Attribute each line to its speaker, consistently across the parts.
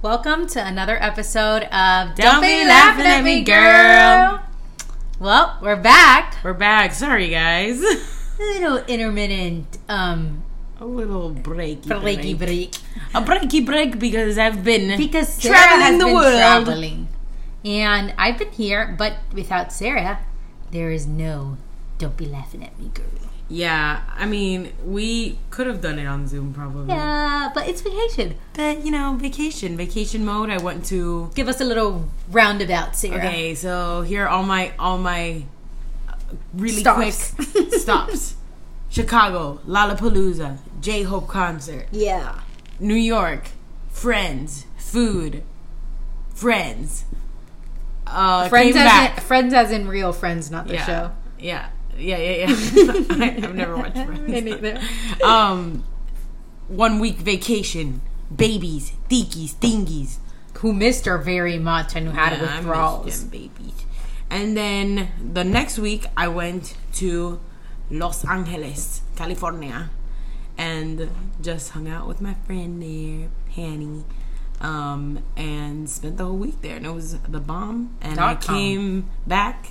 Speaker 1: Welcome to another episode of Don't,
Speaker 2: be laughing at me, girl.
Speaker 1: Well, we're back.
Speaker 2: We're back. Sorry, guys.
Speaker 1: A little intermittent, um,
Speaker 2: A little breaky,
Speaker 1: breaky break
Speaker 2: A breaky break because I've been
Speaker 1: because Sarah has
Speaker 2: traveling the
Speaker 1: been
Speaker 2: world.
Speaker 1: traveling, and I've been here, but without Sarah, there is no. Don't be laughing at me, girl.
Speaker 2: Yeah, I mean, we could have done it on Zoom probably.
Speaker 1: Yeah, but it's vacation.
Speaker 2: But you know, vacation, vacation mode. I went to.
Speaker 1: Give us a little roundabout, Sarah.
Speaker 2: Okay, so here are all my all my uh, really
Speaker 1: Stops.
Speaker 2: quick stops. Chicago, Lollapalooza, J Hope concert.
Speaker 1: Yeah.
Speaker 2: New York, friends, food, friends. Uh,
Speaker 1: Friends
Speaker 2: came
Speaker 1: as,
Speaker 2: back.
Speaker 1: in, friends as in real friends, not the
Speaker 2: yeah.
Speaker 1: show.
Speaker 2: Yeah, yeah, yeah, yeah. I, I've never watched Friends.
Speaker 1: Me neither.
Speaker 2: Um, one week vacation, babies, dinkies, dingies.
Speaker 1: Who missed her very much and who had
Speaker 2: Yeah, I miss
Speaker 1: withdrawals.
Speaker 2: them babies. And then the next week, I went to Los Angeles, California, and just hung out with my friend there, Hanny, um, and spent the whole week there. And it was the bomb. And I
Speaker 1: Dot com.
Speaker 2: came back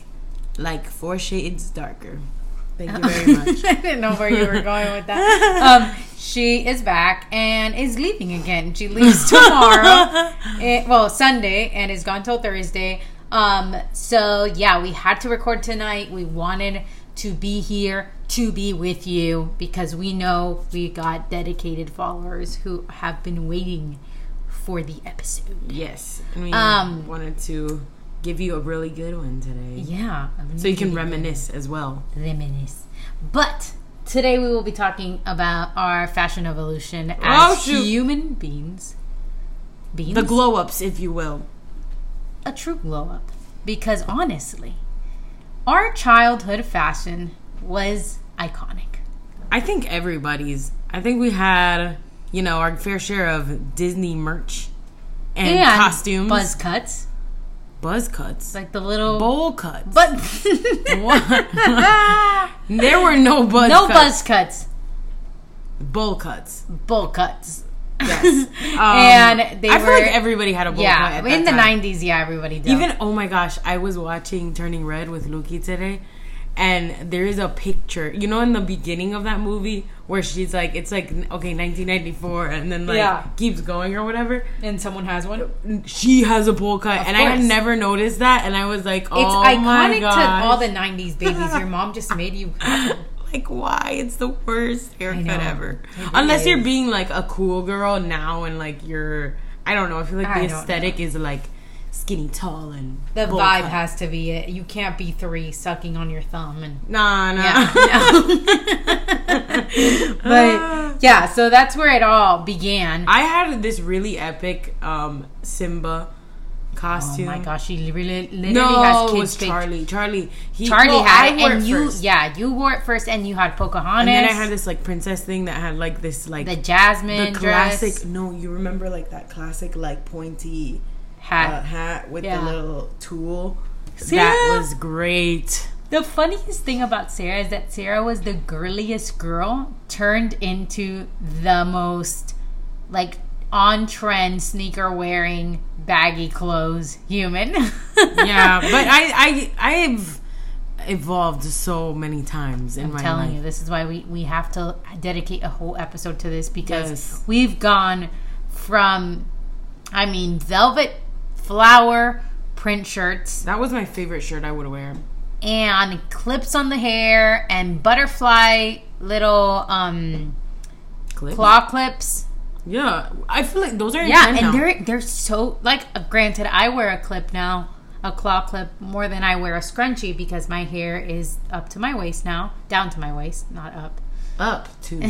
Speaker 2: like four shades darker. Thank you very much.
Speaker 1: I didn't know where you were going with that. Um, she is back and is leaving again. She leaves tomorrow, eh, well Sunday, and is gone till Thursday. Um, so yeah, we had to record tonight. We wanted to be here to be with you because we know we got dedicated followers who have been waiting for the episode.
Speaker 2: yes. And we
Speaker 1: Um,
Speaker 2: wanted to give you a really good one today.
Speaker 1: Yeah,
Speaker 2: So you can reminisce as well.
Speaker 1: reminisce. But today we will be talking about our fashion evolution
Speaker 2: Oh,
Speaker 1: as
Speaker 2: shoot.
Speaker 1: human beings. Beings?
Speaker 2: The glow ups, if you will.
Speaker 1: a true glow up. Because honestly, our childhood fashion was iconic.
Speaker 2: I think everybody's. I think we had, you know, our fair share of Disney merch and, costumes,
Speaker 1: Buzz cuts.
Speaker 2: buzz cuts,
Speaker 1: Like the little.
Speaker 2: bowl cuts.
Speaker 1: but.
Speaker 2: What? there were no buzz.
Speaker 1: no
Speaker 2: cuts.
Speaker 1: buzz cuts.
Speaker 2: Bowl cuts.
Speaker 1: Bowl cuts.
Speaker 2: Yes. Um,
Speaker 1: And they
Speaker 2: I
Speaker 1: were-
Speaker 2: feel like everybody had a bowl cut.
Speaker 1: Yeah.
Speaker 2: at
Speaker 1: In
Speaker 2: that
Speaker 1: the
Speaker 2: time.
Speaker 1: 90s, yeah, everybody did.
Speaker 2: Even oh my gosh, I was watching Turning Red with Luki today, and there is a picture. You know, in the beginning of that movie where she's like, it's like okay, 1994, and then like
Speaker 1: Yeah.
Speaker 2: keeps going or whatever.
Speaker 1: and someone has one.
Speaker 2: she has a bowl cut, and I had
Speaker 1: course.
Speaker 2: never noticed that, and I was like, oh
Speaker 1: It's
Speaker 2: my
Speaker 1: iconic to
Speaker 2: gosh.
Speaker 1: all the 90s babies. Your mom just made you have one.
Speaker 2: like why it's the worst
Speaker 1: know.
Speaker 2: haircut ever.
Speaker 1: It
Speaker 2: Unless you're
Speaker 1: is.
Speaker 2: being like a cool girl now, and like you're, I don't know. I feel like
Speaker 1: I
Speaker 2: the
Speaker 1: don't
Speaker 2: aesthetic is like skinny, tall, and
Speaker 1: The
Speaker 2: bowl
Speaker 1: vibe
Speaker 2: cut.
Speaker 1: has to be it. You can't be three sucking on your thumb and
Speaker 2: nah, nah.
Speaker 1: yeah. no. but yeah, so that's where it all began.
Speaker 2: I had this really epic um Simba
Speaker 1: Oh
Speaker 2: costume.
Speaker 1: my gosh, she really literally
Speaker 2: No,
Speaker 1: has
Speaker 2: it
Speaker 1: kids.
Speaker 2: was
Speaker 1: fake-
Speaker 2: Charlie. Charlie. He,
Speaker 1: Charlie
Speaker 2: well, I
Speaker 1: had it,
Speaker 2: wore
Speaker 1: and you,
Speaker 2: first.
Speaker 1: yeah, you wore it first, and you had Pocahontas,
Speaker 2: And then I had this like princess thing that had like this like
Speaker 1: the Jasmine
Speaker 2: the
Speaker 1: dress,
Speaker 2: classic no you remember like that classic like pointy uh,
Speaker 1: hat.
Speaker 2: hat with
Speaker 1: Yeah.
Speaker 2: the little tool
Speaker 1: Sarah?
Speaker 2: that was great
Speaker 1: The funniest thing about Sarah is that Sarah was the girliest girl turned into the most like on trend sneaker wearing baggy clothes human.
Speaker 2: yeah but i i i've evolved so many times in
Speaker 1: I'm
Speaker 2: my
Speaker 1: telling
Speaker 2: life
Speaker 1: you, this is why we, we have to dedicate a whole episode to this because
Speaker 2: Yes.
Speaker 1: we've gone from, I mean, velvet flower print shirts
Speaker 2: that was my favorite shirt i would wear
Speaker 1: and clips on the hair and butterfly little um,
Speaker 2: Clip.
Speaker 1: claw clips.
Speaker 2: yeah i feel like those are in
Speaker 1: Yeah,
Speaker 2: trend
Speaker 1: and
Speaker 2: now.
Speaker 1: they're they're so like. Uh, granted, I wear a clip now, a claw clip more than I wear a scrunchie because my hair is up to my waist now, down to my waist, not up,
Speaker 2: up too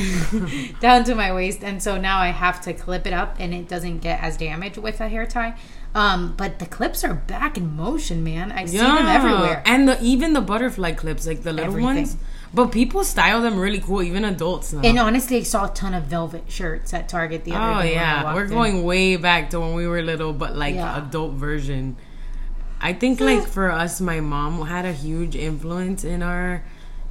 Speaker 1: down to my waist, and so now I have to clip it up, and it doesn't get as damaged with a hair tie. Um, but the clips are back in motion, man. I see them everywhere.
Speaker 2: and the, even the butterfly clips like the little
Speaker 1: Everything.
Speaker 2: ones but people style them really cool even adults now
Speaker 1: And honestly, I saw a ton of velvet shirts at Target the other
Speaker 2: Oh
Speaker 1: day. when I
Speaker 2: yeah,
Speaker 1: walked
Speaker 2: we're
Speaker 1: in.
Speaker 2: going way back to when we were little, but like
Speaker 1: Yeah.
Speaker 2: adult version. I think like for us, my mom had a huge influence in our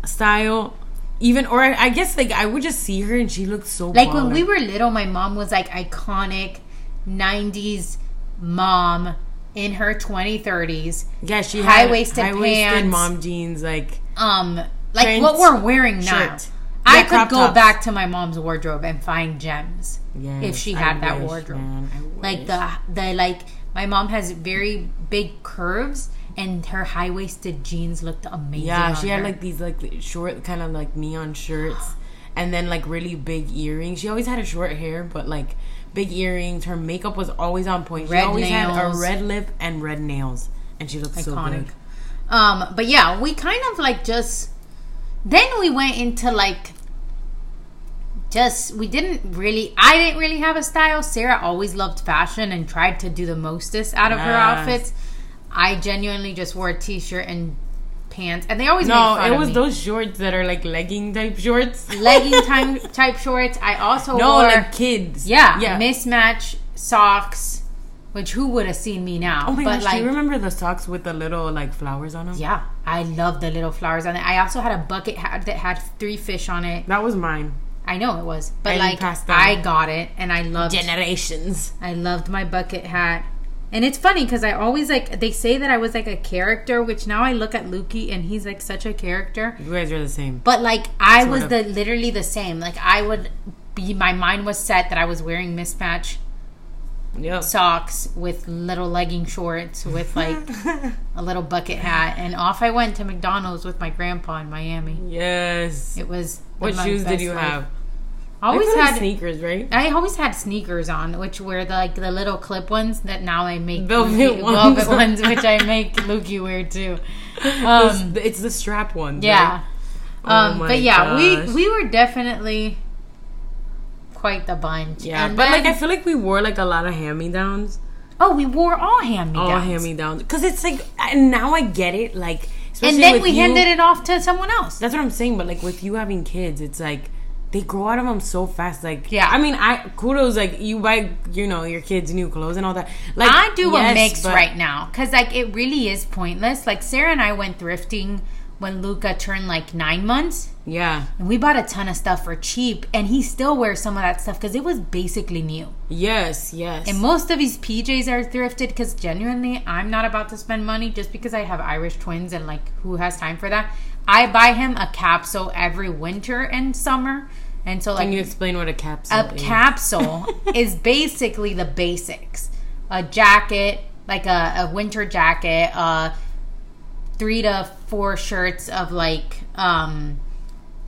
Speaker 2: style. Even or I I guess like I would just see her and she looked so
Speaker 1: Like when
Speaker 2: baller.
Speaker 1: we were little, my mom was like iconic 90s mom in her 20, 30s.
Speaker 2: Yeah, she
Speaker 1: High
Speaker 2: had
Speaker 1: waisted pants.
Speaker 2: mom jeans, like
Speaker 1: Um, like
Speaker 2: Trench
Speaker 1: what we're wearing now.
Speaker 2: shirt.
Speaker 1: I
Speaker 2: Yeah,
Speaker 1: could
Speaker 2: crop
Speaker 1: go
Speaker 2: tops.
Speaker 1: back to my mom's wardrobe and find gems if she
Speaker 2: Yes,
Speaker 1: had
Speaker 2: I
Speaker 1: that
Speaker 2: wish,
Speaker 1: wardrobe.
Speaker 2: man, I
Speaker 1: Like
Speaker 2: wish.
Speaker 1: the the like my mom has very big curves and her high waisted jeans looked amazing.
Speaker 2: yeah,
Speaker 1: on
Speaker 2: she had
Speaker 1: her.
Speaker 2: like these like short kind of like neon shirts, and then like really big earrings. She always had a short hair, but like big earrings. Her makeup was always on point.
Speaker 1: Red
Speaker 2: she always had a
Speaker 1: nails.
Speaker 2: red lip and red nails, and she looked so
Speaker 1: iconic.
Speaker 2: good.
Speaker 1: um, but yeah, we kind of like just then we went into like just we didn't really I didn't really have a style. Sarah always loved fashion and tried to do the mostest out of her
Speaker 2: Yes.
Speaker 1: outfits. I genuinely just wore a t-shirt and pants, and they always made
Speaker 2: No,
Speaker 1: fun
Speaker 2: it
Speaker 1: of
Speaker 2: was
Speaker 1: me.
Speaker 2: those shorts that are like legging type shorts.
Speaker 1: legging type type shorts. I also
Speaker 2: No,
Speaker 1: wore
Speaker 2: like kids.
Speaker 1: yeah,
Speaker 2: yeah.
Speaker 1: mismatch socks, which who would have seen me now?
Speaker 2: oh my
Speaker 1: but
Speaker 2: gosh,
Speaker 1: like
Speaker 2: do you remember the socks with the little like flowers on them?
Speaker 1: Yeah, I love the little flowers on it. I also had a bucket hat that had three fish on it.
Speaker 2: That was mine.
Speaker 1: I know it was, but
Speaker 2: And you
Speaker 1: like
Speaker 2: passed
Speaker 1: I
Speaker 2: out.
Speaker 1: got it, and I loved.
Speaker 2: Generations.
Speaker 1: I loved my bucket hat, and it's funny because I always like they say that I was like a character, which now I look at Lukey and he's like such a character.
Speaker 2: You guys are the same.
Speaker 1: But like I was
Speaker 2: of.
Speaker 1: the literally the same. Like I would be, my mind was set that I was wearing mismatch
Speaker 2: Yeah.
Speaker 1: socks with little legging shorts with like a little bucket hat, and off I went to McDonald's with my grandpa in Miami.
Speaker 2: yes.
Speaker 1: It was
Speaker 2: What
Speaker 1: my
Speaker 2: shoes did
Speaker 1: best
Speaker 2: you
Speaker 1: life.
Speaker 2: have?
Speaker 1: I always
Speaker 2: They put on
Speaker 1: had
Speaker 2: sneakers, right?
Speaker 1: I always had sneakers on, which were the, like the little clip ones that now I make
Speaker 2: Velvet
Speaker 1: Luki-
Speaker 2: ones.
Speaker 1: velvet ones, which I make Lukey wear too.
Speaker 2: Those-
Speaker 1: Um,
Speaker 2: it's the strap ones.
Speaker 1: yeah,
Speaker 2: Oh
Speaker 1: um,
Speaker 2: my
Speaker 1: but yeah,
Speaker 2: gosh.
Speaker 1: we we were definitely quite the bunch.
Speaker 2: right? Yeah,
Speaker 1: And
Speaker 2: but like
Speaker 1: then-
Speaker 2: I feel like we wore like a lot of hand-me-downs,
Speaker 1: oh, we wore all hand me
Speaker 2: all
Speaker 1: downs,
Speaker 2: hand-me-downs, because it's like and now I get it, like especially
Speaker 1: and then
Speaker 2: with
Speaker 1: we
Speaker 2: you-
Speaker 1: handed it off to someone else.
Speaker 2: That's what I'm saying, but like with you having kids, it's like they grow out of them so fast. Like
Speaker 1: Yeah.
Speaker 2: I mean, I kudos like you buy you know your kids new clothes and all that. Like
Speaker 1: I do a
Speaker 2: yes,
Speaker 1: mix
Speaker 2: but-
Speaker 1: right now because like it really is pointless. Like Sarah and I went thrifting when Luca turned like nine months.
Speaker 2: Yeah,
Speaker 1: And we bought a ton of stuff for cheap, and he still wears some of that stuff because it was basically new.
Speaker 2: yes, yes.
Speaker 1: And most of his PJs are thrifted because genuinely, I'm not about to spend money just because I have Irish twins and like who has time for that. I buy him a capsule every winter and summer, and so
Speaker 2: Can you
Speaker 1: like
Speaker 2: explain what a capsule
Speaker 1: a
Speaker 2: is?
Speaker 1: capsule is basically the basics: a jacket, like a, a winter jacket, uh, three to four shirts of like um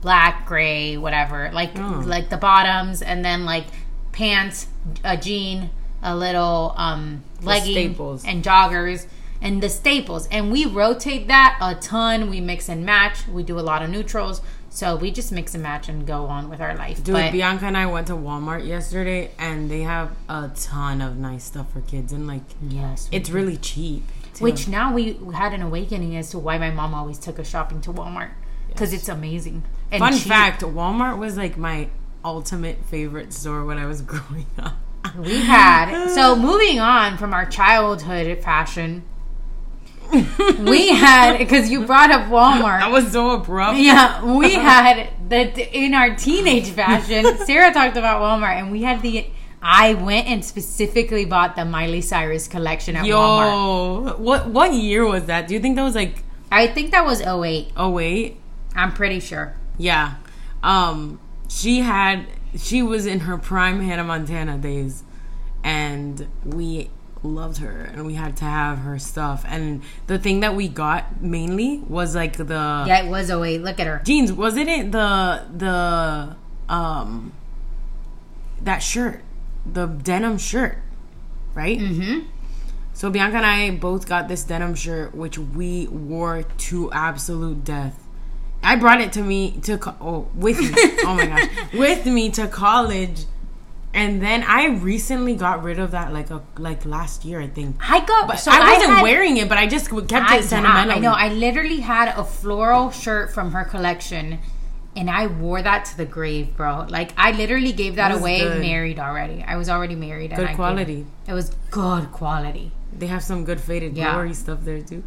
Speaker 1: black gray whatever like like the bottoms and then like pants a jean a little um legging
Speaker 2: staples.
Speaker 1: and joggers and the staples and we rotate that a ton we mix and match we do a lot of neutrals so we just mix and match and go on with our life
Speaker 2: Dude,
Speaker 1: but
Speaker 2: Bianca and I went to Walmart yesterday, and they have a ton of nice stuff for kids, and like
Speaker 1: yes
Speaker 2: it's really cheap. too.
Speaker 1: which now we had an awakening as to why my mom always took us shopping to walmart because it's amazing and
Speaker 2: fun
Speaker 1: cheap.
Speaker 2: fact, Walmart was like my ultimate favorite store when I was growing up.
Speaker 1: we had. So moving on from our childhood fashion, we had because you brought up
Speaker 2: That
Speaker 1: Walmart.
Speaker 2: was so abrupt.
Speaker 1: Yeah, we had the in our teenage fashion. Sarah talked about Walmart, and we had the. I went and specifically bought the Miley Cyrus collection at Walmart.
Speaker 2: Yo, what what year was that? Do you think that was like
Speaker 1: I think that was 08.
Speaker 2: oh wait,
Speaker 1: I'm pretty sure.
Speaker 2: yeah? Um, she had she was in her prime Hannah Montana days, and we loved her, and we had to have her stuff. And the thing that we got mainly was like the
Speaker 1: Yeah, it was 08. Look at her.
Speaker 2: jeans. Wasn't it the the um that shirt, the denim shirt, right?
Speaker 1: Mhm.
Speaker 2: So Bianca and I both got this denim shirt, which we wore to absolute death. I brought it to me to co- oh with me. oh my gosh, with me to college, and then I recently got rid of that like a like last year I think.
Speaker 1: I got.
Speaker 2: But
Speaker 1: so
Speaker 2: I wasn't
Speaker 1: had-
Speaker 2: wearing it, but I just kept
Speaker 1: I,
Speaker 2: it sentimental.
Speaker 1: I know. I literally had a floral shirt from her collection, and I wore that to the grave, bro. Like I literally gave that
Speaker 2: That's
Speaker 1: away,
Speaker 2: good.
Speaker 1: married already. I was already married. and I
Speaker 2: good
Speaker 1: gave-
Speaker 2: quality.
Speaker 1: It was good quality.
Speaker 2: They have some good faded
Speaker 1: Yeah.
Speaker 2: glory stuff there too.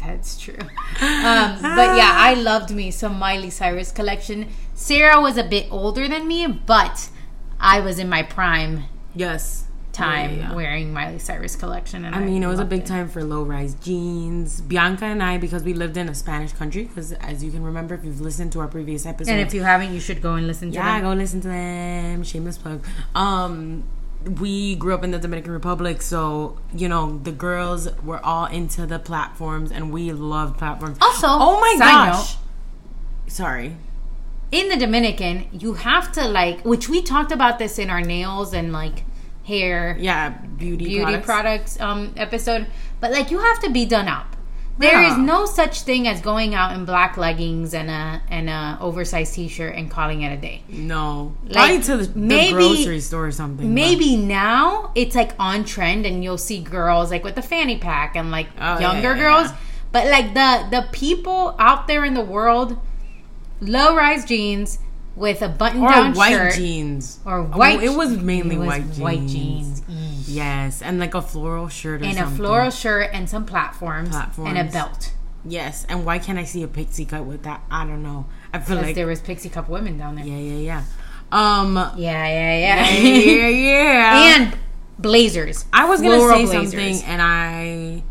Speaker 1: That's true. Um, but yeah, I loved me some Miley Cyrus collection. Sarah was a bit older than me, but I was in my prime
Speaker 2: yes.
Speaker 1: time
Speaker 2: Yeah.
Speaker 1: wearing Miley Cyrus collection. And
Speaker 2: I mean, it was a
Speaker 1: loved
Speaker 2: big time for low rise jeans. Bianca and I, because we lived in a Spanish country, because as you can remember, if you've listened to our previous episode,
Speaker 1: And if you haven't, you should go and listen to
Speaker 2: yeah,
Speaker 1: them.
Speaker 2: go listen to them. Shameless plug. Um, we grew up in the Dominican Republic, so you know the girls were all into the platforms, and we loved platforms.
Speaker 1: Also,
Speaker 2: oh my
Speaker 1: side
Speaker 2: gosh, sorry,
Speaker 1: in the Dominican, you have to like, which we talked about this in our nails and like hair
Speaker 2: yeah, beauty,
Speaker 1: beauty products, um, episode, but like you have to be done up. There
Speaker 2: Yeah.
Speaker 1: is no such thing as going out in black leggings and a and a oversized t-shirt and calling it a day.
Speaker 2: No,
Speaker 1: Like,
Speaker 2: probably to the, the
Speaker 1: maybe-
Speaker 2: grocery store or something. but-
Speaker 1: Maybe now it's like on trend and you'll see girls like with the fanny pack and like
Speaker 2: Oh, yeah,
Speaker 1: younger
Speaker 2: yeah,
Speaker 1: girls.
Speaker 2: yeah.
Speaker 1: But like the the people out there in the world, low rise jeans with a button
Speaker 2: or
Speaker 1: down
Speaker 2: white
Speaker 1: shirt
Speaker 2: jeans
Speaker 1: or
Speaker 2: Oh,
Speaker 1: white.
Speaker 2: it was mainly
Speaker 1: it was
Speaker 2: white jeans.
Speaker 1: whiwhite jeans mm.
Speaker 2: Yes, and like a floral shirt or
Speaker 1: and
Speaker 2: something.
Speaker 1: a floral shirt and some platforms, and a
Speaker 2: Platforms.
Speaker 1: belt.
Speaker 2: Yes, and why can't I see a pixie cut with that? I don't know. I feel
Speaker 1: Because
Speaker 2: like
Speaker 1: there was pixie cup women down there.
Speaker 2: yeah, yeah, yeah. Um,
Speaker 1: Yeah, yeah, yeah.
Speaker 2: yeah, yeah.
Speaker 1: and blazers.
Speaker 2: I was gonna
Speaker 1: Floral
Speaker 2: say
Speaker 1: blazers.
Speaker 2: something and I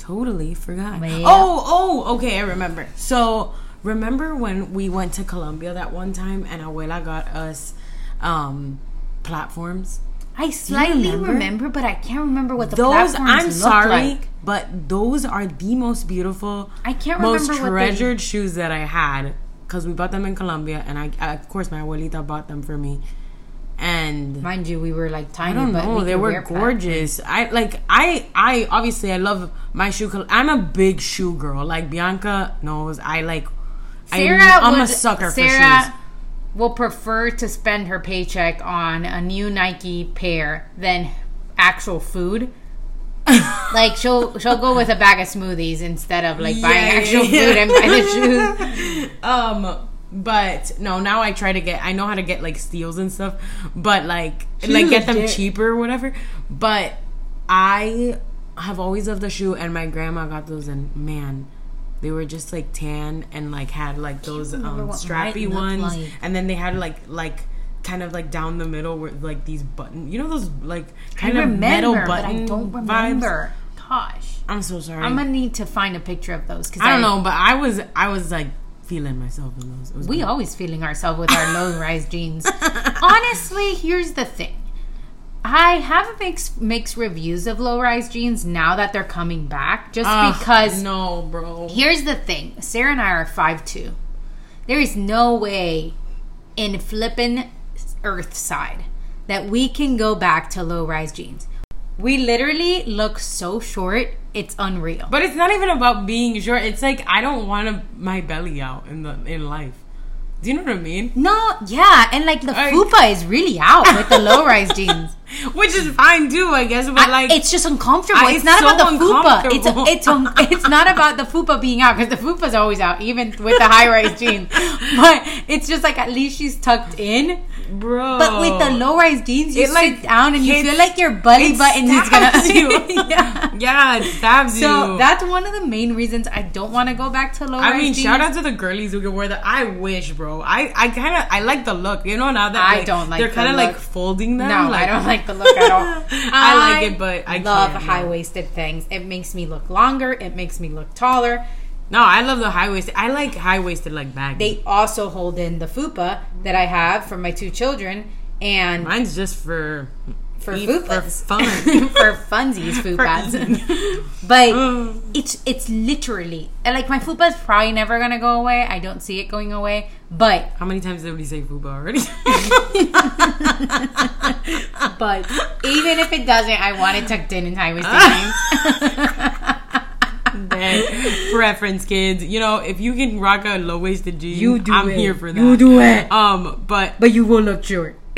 Speaker 2: totally forgot.
Speaker 1: Yeah.
Speaker 2: Oh, oh, okay, I remember. So remember when we went to Colombia that one time and Abuela got us um platforms?
Speaker 1: I slightly
Speaker 2: remember?
Speaker 1: remember? but I can't remember what the
Speaker 2: Those
Speaker 1: platforms
Speaker 2: I'm
Speaker 1: looked
Speaker 2: sorry,
Speaker 1: like.
Speaker 2: but those are the most beautiful,
Speaker 1: I can't
Speaker 2: most
Speaker 1: remember what they-
Speaker 2: treasured shoes that I had because we bought them in Colombia, and I, I of course my abuelita bought them for me, and
Speaker 1: Mind you, we were like tiny.
Speaker 2: I don't
Speaker 1: but
Speaker 2: know,
Speaker 1: we
Speaker 2: they
Speaker 1: could
Speaker 2: were
Speaker 1: wear pla-
Speaker 2: gorgeous. I like I I obviously I love my shoe. Col- I'm a big shoe girl. Like Bianca knows, I like.
Speaker 1: Sarah
Speaker 2: I, I'm
Speaker 1: would,
Speaker 2: a sucker
Speaker 1: Sarah
Speaker 2: for shoes.
Speaker 1: will prefer to spend her paycheck on a new Nike pair than actual food. like she'll she'll go with a bag of smoothies instead of like buying
Speaker 2: Yeah,
Speaker 1: actual
Speaker 2: yeah,
Speaker 1: food and buy the shoes.
Speaker 2: shoes. um, but no, now I try to get. I know how to get like steals and stuff, but like like get them
Speaker 1: legit.
Speaker 2: cheaper or whatever. But I have always loved the shoe, and my grandma got those, and man. They were just like tan and like had like those
Speaker 1: remember
Speaker 2: um,
Speaker 1: what
Speaker 2: strappy
Speaker 1: mine looked
Speaker 2: ones,
Speaker 1: like.
Speaker 2: and then they had like like kind of like down the middle where like these button, you know those like kind of metal
Speaker 1: Remember, but
Speaker 2: button
Speaker 1: I don't
Speaker 2: vibes.
Speaker 1: remember. Gosh.
Speaker 2: I'm so sorry.
Speaker 1: I'm gonna need to find a picture of those because
Speaker 2: I don't know, but I was I was like feeling myself in those. It was
Speaker 1: We
Speaker 2: good.
Speaker 1: always feeling ourselves with our low-rise jeans. Honestly, here's the thing. I have mixed mixed reviews of low-rise jeans now that they're coming back, just
Speaker 2: Ugh,
Speaker 1: because.
Speaker 2: Ah, no, bro.
Speaker 1: Here's the thing: Sarah and I are five two. There is no way in flippin' Earth side that we can go back to low-rise jeans. We literally look so short; it's unreal.
Speaker 2: But it's not even about being short. It's like I don't want to, my belly out in the in life. Do you know what I mean?
Speaker 1: No, yeah, and like the
Speaker 2: Like-
Speaker 1: fupa is really out with the low rise jeans.
Speaker 2: Which is fine too, I guess. But
Speaker 1: I-
Speaker 2: like,
Speaker 1: it's just uncomfortable.
Speaker 2: I-
Speaker 1: it's,
Speaker 2: it's
Speaker 1: not
Speaker 2: so
Speaker 1: about the fupa. It's
Speaker 2: uncomfortable.
Speaker 1: it's un- it's not about the fupa being out because the fupa's always out, even with the high rise jeans. But it's just like at least she's tucked in.
Speaker 2: bro.
Speaker 1: But with the low rise jeans, you
Speaker 2: Oh. It,
Speaker 1: sit
Speaker 2: like,
Speaker 1: down and you
Speaker 2: hits-
Speaker 1: feel like your belly
Speaker 2: it
Speaker 1: button is gonna.
Speaker 2: stabs you.
Speaker 1: yeah.
Speaker 2: yeah, it stabs
Speaker 1: So
Speaker 2: you.
Speaker 1: that's one of the main reasons I don't want to go back to low rise.
Speaker 2: I mean,
Speaker 1: jeans.
Speaker 2: shout out to the girlies who can wear that. I wish, bro. I, I kind of I like the look. You know, now that
Speaker 1: I don't like
Speaker 2: they're
Speaker 1: the
Speaker 2: kind of
Speaker 1: look.
Speaker 2: like folding them.
Speaker 1: No, I
Speaker 2: like-
Speaker 1: don't like the look at all.
Speaker 2: I like it, but I
Speaker 1: love
Speaker 2: can't, no.
Speaker 1: high waisted things. It makes me look longer. It makes me look taller.
Speaker 2: No, I love the high waisted. I like high waisted like baggy.
Speaker 1: They also hold in the fupa that I have for my two children, and
Speaker 2: Mine's just for
Speaker 1: for
Speaker 2: eat-
Speaker 1: fupas.
Speaker 2: for fun.
Speaker 1: for funsies, fupas. but
Speaker 2: Mm.
Speaker 1: it's it's literally and, like my fupa's probably never gonna go away. I don't see it going away, but
Speaker 2: How many times did we say fupa already?
Speaker 1: but even if it doesn't, I want it tucked in in high waisted jeans.
Speaker 2: Then, preference, kids. You know, if you can rock a low waisted jean,
Speaker 1: You do
Speaker 2: I'm
Speaker 1: it.
Speaker 2: here for that.
Speaker 1: You do it.
Speaker 2: Um, but
Speaker 1: but you will look short.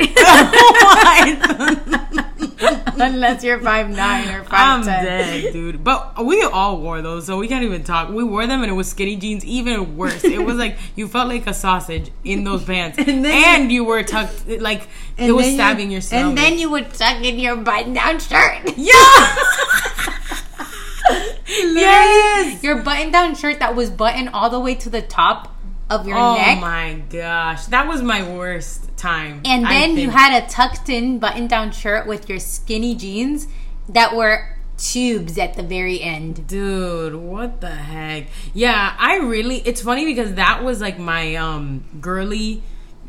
Speaker 1: Unless you're five nine or
Speaker 2: I'm
Speaker 1: five
Speaker 2: dead, dude. But we all wore those, so we can't even talk. We wore them, and it was skinny jeans. Even worse, it was like you felt like a sausage in those pants,
Speaker 1: And
Speaker 2: and,
Speaker 1: then you-
Speaker 2: you were tucked like it was stabbing
Speaker 1: you,
Speaker 2: your stomach.
Speaker 1: And then you would tuck in your button down shirt.
Speaker 2: yes.
Speaker 1: Your button down shirt that was buttoned all the way to the top of your
Speaker 2: Oh
Speaker 1: neck.
Speaker 2: my gosh, that was my worst time.
Speaker 1: And
Speaker 2: I
Speaker 1: then you
Speaker 2: think.
Speaker 1: had a tucked in button down shirt with your skinny jeans that were tubes at the very end.
Speaker 2: Dude, what the heck? Yeah, I really it's funny because that was like my um girly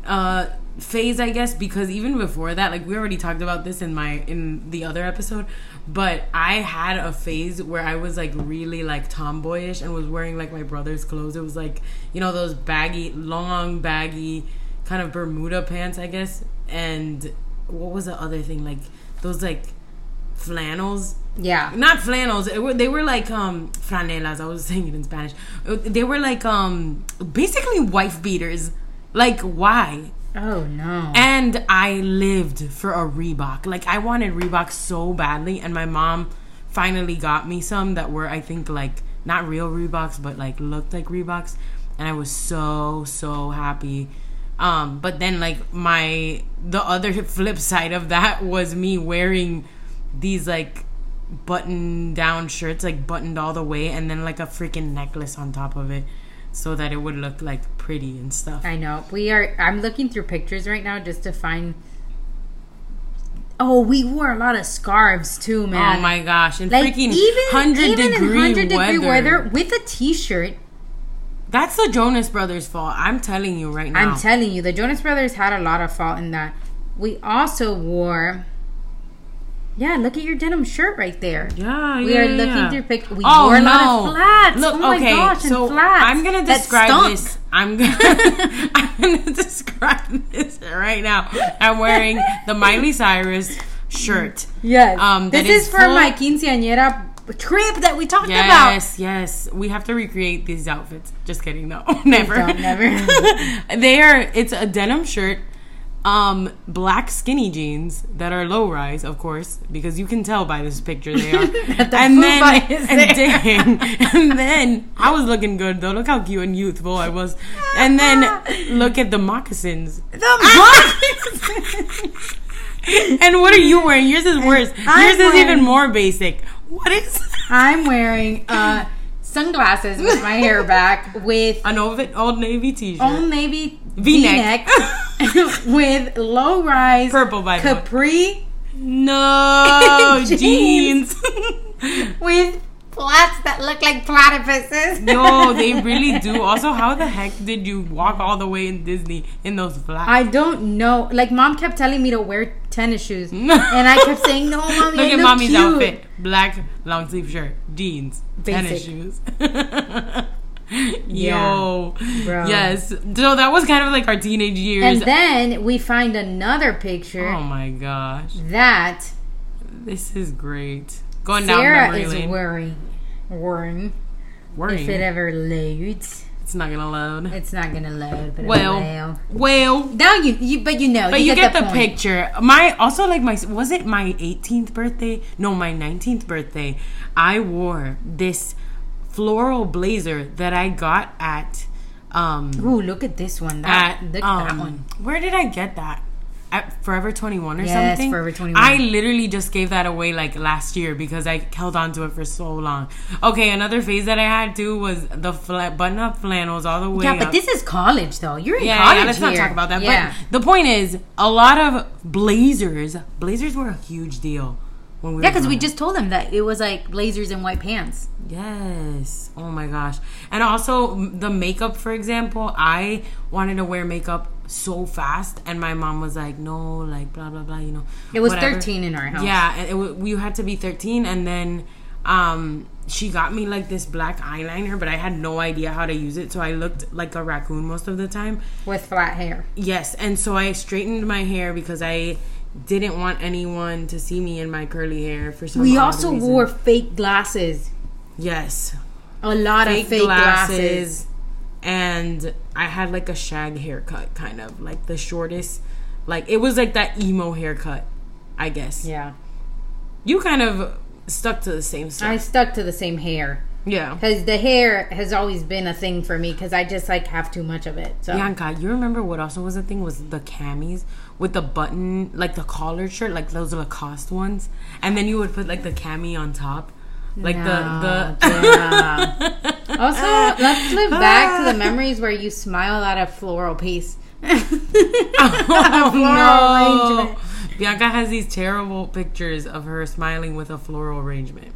Speaker 2: uh phase, I guess, because even before that, like we already talked about this in my in the other episode, but I had a phase where I was like really like tomboyish and was wearing like my brother's clothes. It was like, you know, those baggy, long baggy kind of Bermuda pants, I guess. And what was the other thing? Like those like flannels
Speaker 1: Yeah.
Speaker 2: not flannels. It were, they were like um franelas. I was saying it in Spanish. Uh, They were like um basically wife beaters. Like why?
Speaker 1: Oh no.
Speaker 2: And I lived for a Reebok. Like I wanted Reebok so badly, and my mom finally got me some that were I think like not real Reeboks, but like looked like Reeboks, and I was so so happy. Um, but then like my the other flip side of that was me wearing these like button down shirts like buttoned all the way and then like a freaking necklace on top of it so that it would look like pretty and stuff
Speaker 1: I know. We are I'm looking through pictures right now just to find Oh, we wore a lot of scarves too, man.
Speaker 2: Oh my gosh! And
Speaker 1: like
Speaker 2: freaking
Speaker 1: even
Speaker 2: hundred
Speaker 1: even in
Speaker 2: degree,
Speaker 1: 100 degree
Speaker 2: weather.
Speaker 1: weather with a t-shirt
Speaker 2: That's the Jonas Brothers' fault. I'm telling you right now.
Speaker 1: I'm telling you, the Jonas Brothers had a lot of fault in that. We also wore. Yeah, look at your denim shirt right there.
Speaker 2: yeah,
Speaker 1: We
Speaker 2: yeah,
Speaker 1: are
Speaker 2: yeah,
Speaker 1: looking
Speaker 2: yeah.
Speaker 1: through pic. We
Speaker 2: Oh
Speaker 1: wore a
Speaker 2: no!
Speaker 1: lot of flats.
Speaker 2: Look,
Speaker 1: oh my
Speaker 2: okay,
Speaker 1: gosh, and
Speaker 2: so
Speaker 1: flats.
Speaker 2: I'm gonna
Speaker 1: that
Speaker 2: describe
Speaker 1: stunk.
Speaker 2: this. I'm gonna I'm gonna describe this right now. I'm wearing the Miley Cyrus shirt.
Speaker 1: Yes.
Speaker 2: Um, that
Speaker 1: this is,
Speaker 2: is
Speaker 1: for
Speaker 2: full-
Speaker 1: my quinceañera trip that we talked about.
Speaker 2: Yes, yes. We have to recreate these outfits. Just kidding, no, never,
Speaker 1: Don't, never.
Speaker 2: they are. It's a denim shirt, um, black skinny jeans that are low rise, of course, because you can tell by this picture they are.
Speaker 1: the
Speaker 2: and then,
Speaker 1: fupa is
Speaker 2: and
Speaker 1: there.
Speaker 2: dang, and then I was looking good though. Look how cute and youthful I was. And then look at the moccasins.
Speaker 1: The
Speaker 2: Ah! and what are you wearing? Yours is worse.
Speaker 1: I'm
Speaker 2: Yours is even
Speaker 1: wearing-
Speaker 2: more basic. What is
Speaker 1: I'm wearing uh, sunglasses with my hair back with
Speaker 2: an old, old navy t-shirt?
Speaker 1: Old Navy
Speaker 2: V-neck.
Speaker 1: V-neck with low rise
Speaker 2: Purple by the way.
Speaker 1: capri
Speaker 2: No
Speaker 1: Jeans.
Speaker 2: jeans.
Speaker 1: with flats that look like platypuses.
Speaker 2: Yo, they really do. Also, how the heck did you walk all the way in Disney in those flats?
Speaker 1: I don't know. Like mom kept telling me to wear tennis shoes, and
Speaker 2: No.
Speaker 1: I kept saying, "No, mommy,
Speaker 2: Look
Speaker 1: I
Speaker 2: at
Speaker 1: look
Speaker 2: mommy's
Speaker 1: cute."
Speaker 2: outfit: black long sleeve shirt, jeans, tennis
Speaker 1: Basic.
Speaker 2: shoes.
Speaker 1: Yeah,
Speaker 2: Yo,
Speaker 1: bro.
Speaker 2: yes. So that was kind of like our teenage years.
Speaker 1: And then we find another picture
Speaker 2: oh my gosh,
Speaker 1: that
Speaker 2: this is great. Going down
Speaker 1: Sarah
Speaker 2: Oh, memory
Speaker 1: is
Speaker 2: lane.
Speaker 1: wearing. Wearing. If
Speaker 2: Worrying.
Speaker 1: it ever loads,
Speaker 2: it's not gonna load.
Speaker 1: it's not gonna load. But it
Speaker 2: well,
Speaker 1: will.
Speaker 2: well,
Speaker 1: now you, you, but you know,
Speaker 2: But you, get, the,
Speaker 1: point.
Speaker 2: picture. My also like my was it my 18th birthday? No, my 19th birthday. I wore this floral blazer that I got at um
Speaker 1: Ooh, look at this one. That,
Speaker 2: at
Speaker 1: look at that
Speaker 2: um,
Speaker 1: one.
Speaker 2: Where did I get that? At Forever 21 or
Speaker 1: Yes,
Speaker 2: something?
Speaker 1: Forever 21.
Speaker 2: I literally just gave that away like last year because I held on to it for so long. Okay, another phase that I had too was the flat button up flannels all the way
Speaker 1: Yeah, but
Speaker 2: up.
Speaker 1: this is college though. You're in
Speaker 2: Yeah,
Speaker 1: college
Speaker 2: yeah, let's not
Speaker 1: here.
Speaker 2: talk about that.
Speaker 1: Yeah.
Speaker 2: But the point is, a lot of blazers, blazers were a huge deal when we
Speaker 1: yeah,
Speaker 2: were
Speaker 1: because we
Speaker 2: growing
Speaker 1: just told them that it was like blazers and white pants.
Speaker 2: Yes. Oh my gosh. And also m- the makeup, for example, I wanted to wear makeup so fast, and my mom was like, "No, like blah blah blah," you know.
Speaker 1: It was
Speaker 2: whatever.
Speaker 1: 13 in our house.
Speaker 2: Yeah, and it, wa- we had to be thirteen, and then um, she got me like this black eyeliner, but I had no idea how to use it, so I looked like a raccoon most of the time.
Speaker 1: With flat hair.
Speaker 2: Yes, and so I straightened my hair because I didn't want anyone to see me in my curly hair for some.
Speaker 1: We
Speaker 2: odd
Speaker 1: also
Speaker 2: reason.
Speaker 1: wore fake glasses.
Speaker 2: yes
Speaker 1: A lot
Speaker 2: fake,
Speaker 1: of fake
Speaker 2: glasses,
Speaker 1: glasses.
Speaker 2: and I had like a shag haircut, kind of like the shortest, like it was like that emo haircut, I guess.
Speaker 1: Yeah.
Speaker 2: You kind of stuck to the same stuff.
Speaker 1: I stuck to the same hair.
Speaker 2: yeah.
Speaker 1: Because the hair has always been a thing for me because I just like have too much of it. So
Speaker 2: Bianca, you remember what also was a thing was the camis with the button, like the collared shirt, like those Lacoste ones, and then you would put like the cami on top, like the the.
Speaker 1: Ah. Yeah. also, let's live back to the memories where you smiled at a floral piece.
Speaker 2: oh,
Speaker 1: floral arrangement.
Speaker 2: Bianca has these terrible pictures of her smiling with a floral arrangement.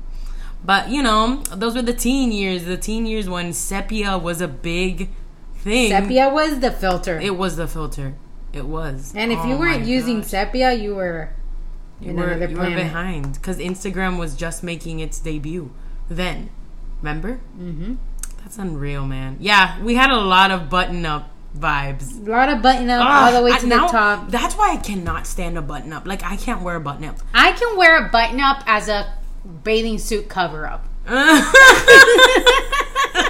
Speaker 2: But you know, those were the teen years. The teen years when sepia was a big thing.
Speaker 1: Sepia was the filter.
Speaker 2: It was the filter. It was.
Speaker 1: and if you
Speaker 2: Oh
Speaker 1: weren't
Speaker 2: my
Speaker 1: using
Speaker 2: gosh.
Speaker 1: sepia, you were
Speaker 2: you
Speaker 1: in
Speaker 2: were,
Speaker 1: another
Speaker 2: you were
Speaker 1: planet.
Speaker 2: behind because Instagram was just making its debut then. Remember?
Speaker 1: Mhm.
Speaker 2: That's unreal, man. Yeah, we had a lot of button up vibes.
Speaker 1: a lot of button up all the way
Speaker 2: Ugh,
Speaker 1: to
Speaker 2: I-
Speaker 1: the
Speaker 2: now-
Speaker 1: top.
Speaker 2: That's why I cannot stand a button up. Like I can't wear a button up.
Speaker 1: I can wear a button up as a bathing suit cover up.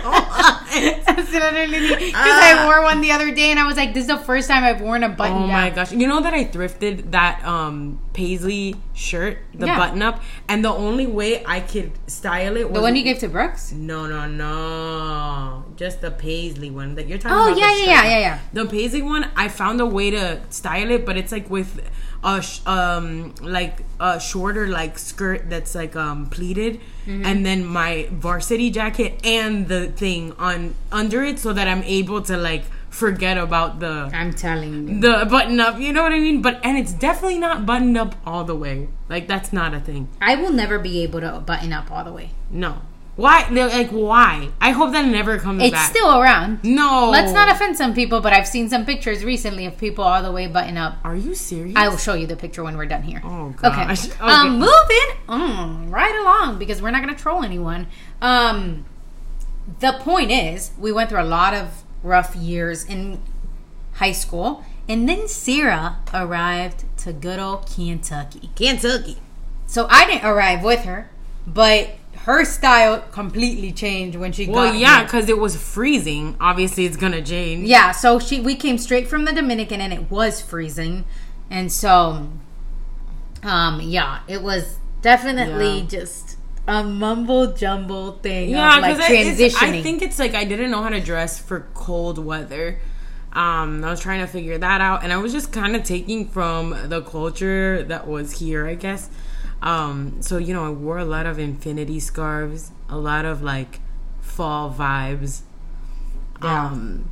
Speaker 1: That's literally because I wore one the other day and I was like, "This is the first time I've worn a button
Speaker 2: Oh
Speaker 1: down."
Speaker 2: my gosh. You know that I thrifted that um paisley shirt, the
Speaker 1: Yeah.
Speaker 2: button up, and the only way I could style it was
Speaker 1: The one you gave to Brooks?
Speaker 2: No, no, no. Just the paisley one that you're talking
Speaker 1: Oh
Speaker 2: about.
Speaker 1: yeah,
Speaker 2: the
Speaker 1: yeah, yeah,
Speaker 2: shirt.
Speaker 1: yeah, yeah.
Speaker 2: The paisley one, I found a way to style it, but it's like with a sh- um like a shorter like skirt that's like um pleated,
Speaker 1: Mm-hmm.
Speaker 2: and then my varsity jacket and the thing on under it, so that I'm able to like forget about the
Speaker 1: I'm telling you.
Speaker 2: the button up. You know what I mean? But and it's definitely not buttoned up all the way. Like that's not a thing.
Speaker 1: I will never be able to button up all the way.
Speaker 2: No. Why? They're like why? I hope that never comes
Speaker 1: It's
Speaker 2: back.
Speaker 1: still around.
Speaker 2: no.
Speaker 1: Let's not offend some people, but I've seen some pictures recently of people all the way button up.
Speaker 2: Are you serious?
Speaker 1: I will show you the picture when we're done here.
Speaker 2: Oh,
Speaker 1: Okay.
Speaker 2: gosh. Okay.
Speaker 1: Um, moving on right along because we're not going to troll anyone. Um, the point is, we went through a lot of rough years in high school, and then Sarah arrived to good old Kentucky.
Speaker 2: Kentucky.
Speaker 1: So I didn't arrive with her, but her style completely changed when she
Speaker 2: Well,
Speaker 1: got
Speaker 2: yeah,
Speaker 1: here.
Speaker 2: because it was freezing. Obviously, it's gonna change.
Speaker 1: Yeah, so she we came straight from the Dominican and it was freezing. And so um yeah, it was definitely
Speaker 2: Yeah.
Speaker 1: just a mumble jumble thing
Speaker 2: yeah,
Speaker 1: of like
Speaker 2: because
Speaker 1: transitioning.
Speaker 2: I think it's like I didn't know how to dress for cold weather. Um, I was trying to figure that out, and I was just kind of taking from the culture that was here, I guess. Um, so you know, I wore a lot of infinity scarves, a lot of like fall vibes.
Speaker 1: Yeah.
Speaker 2: um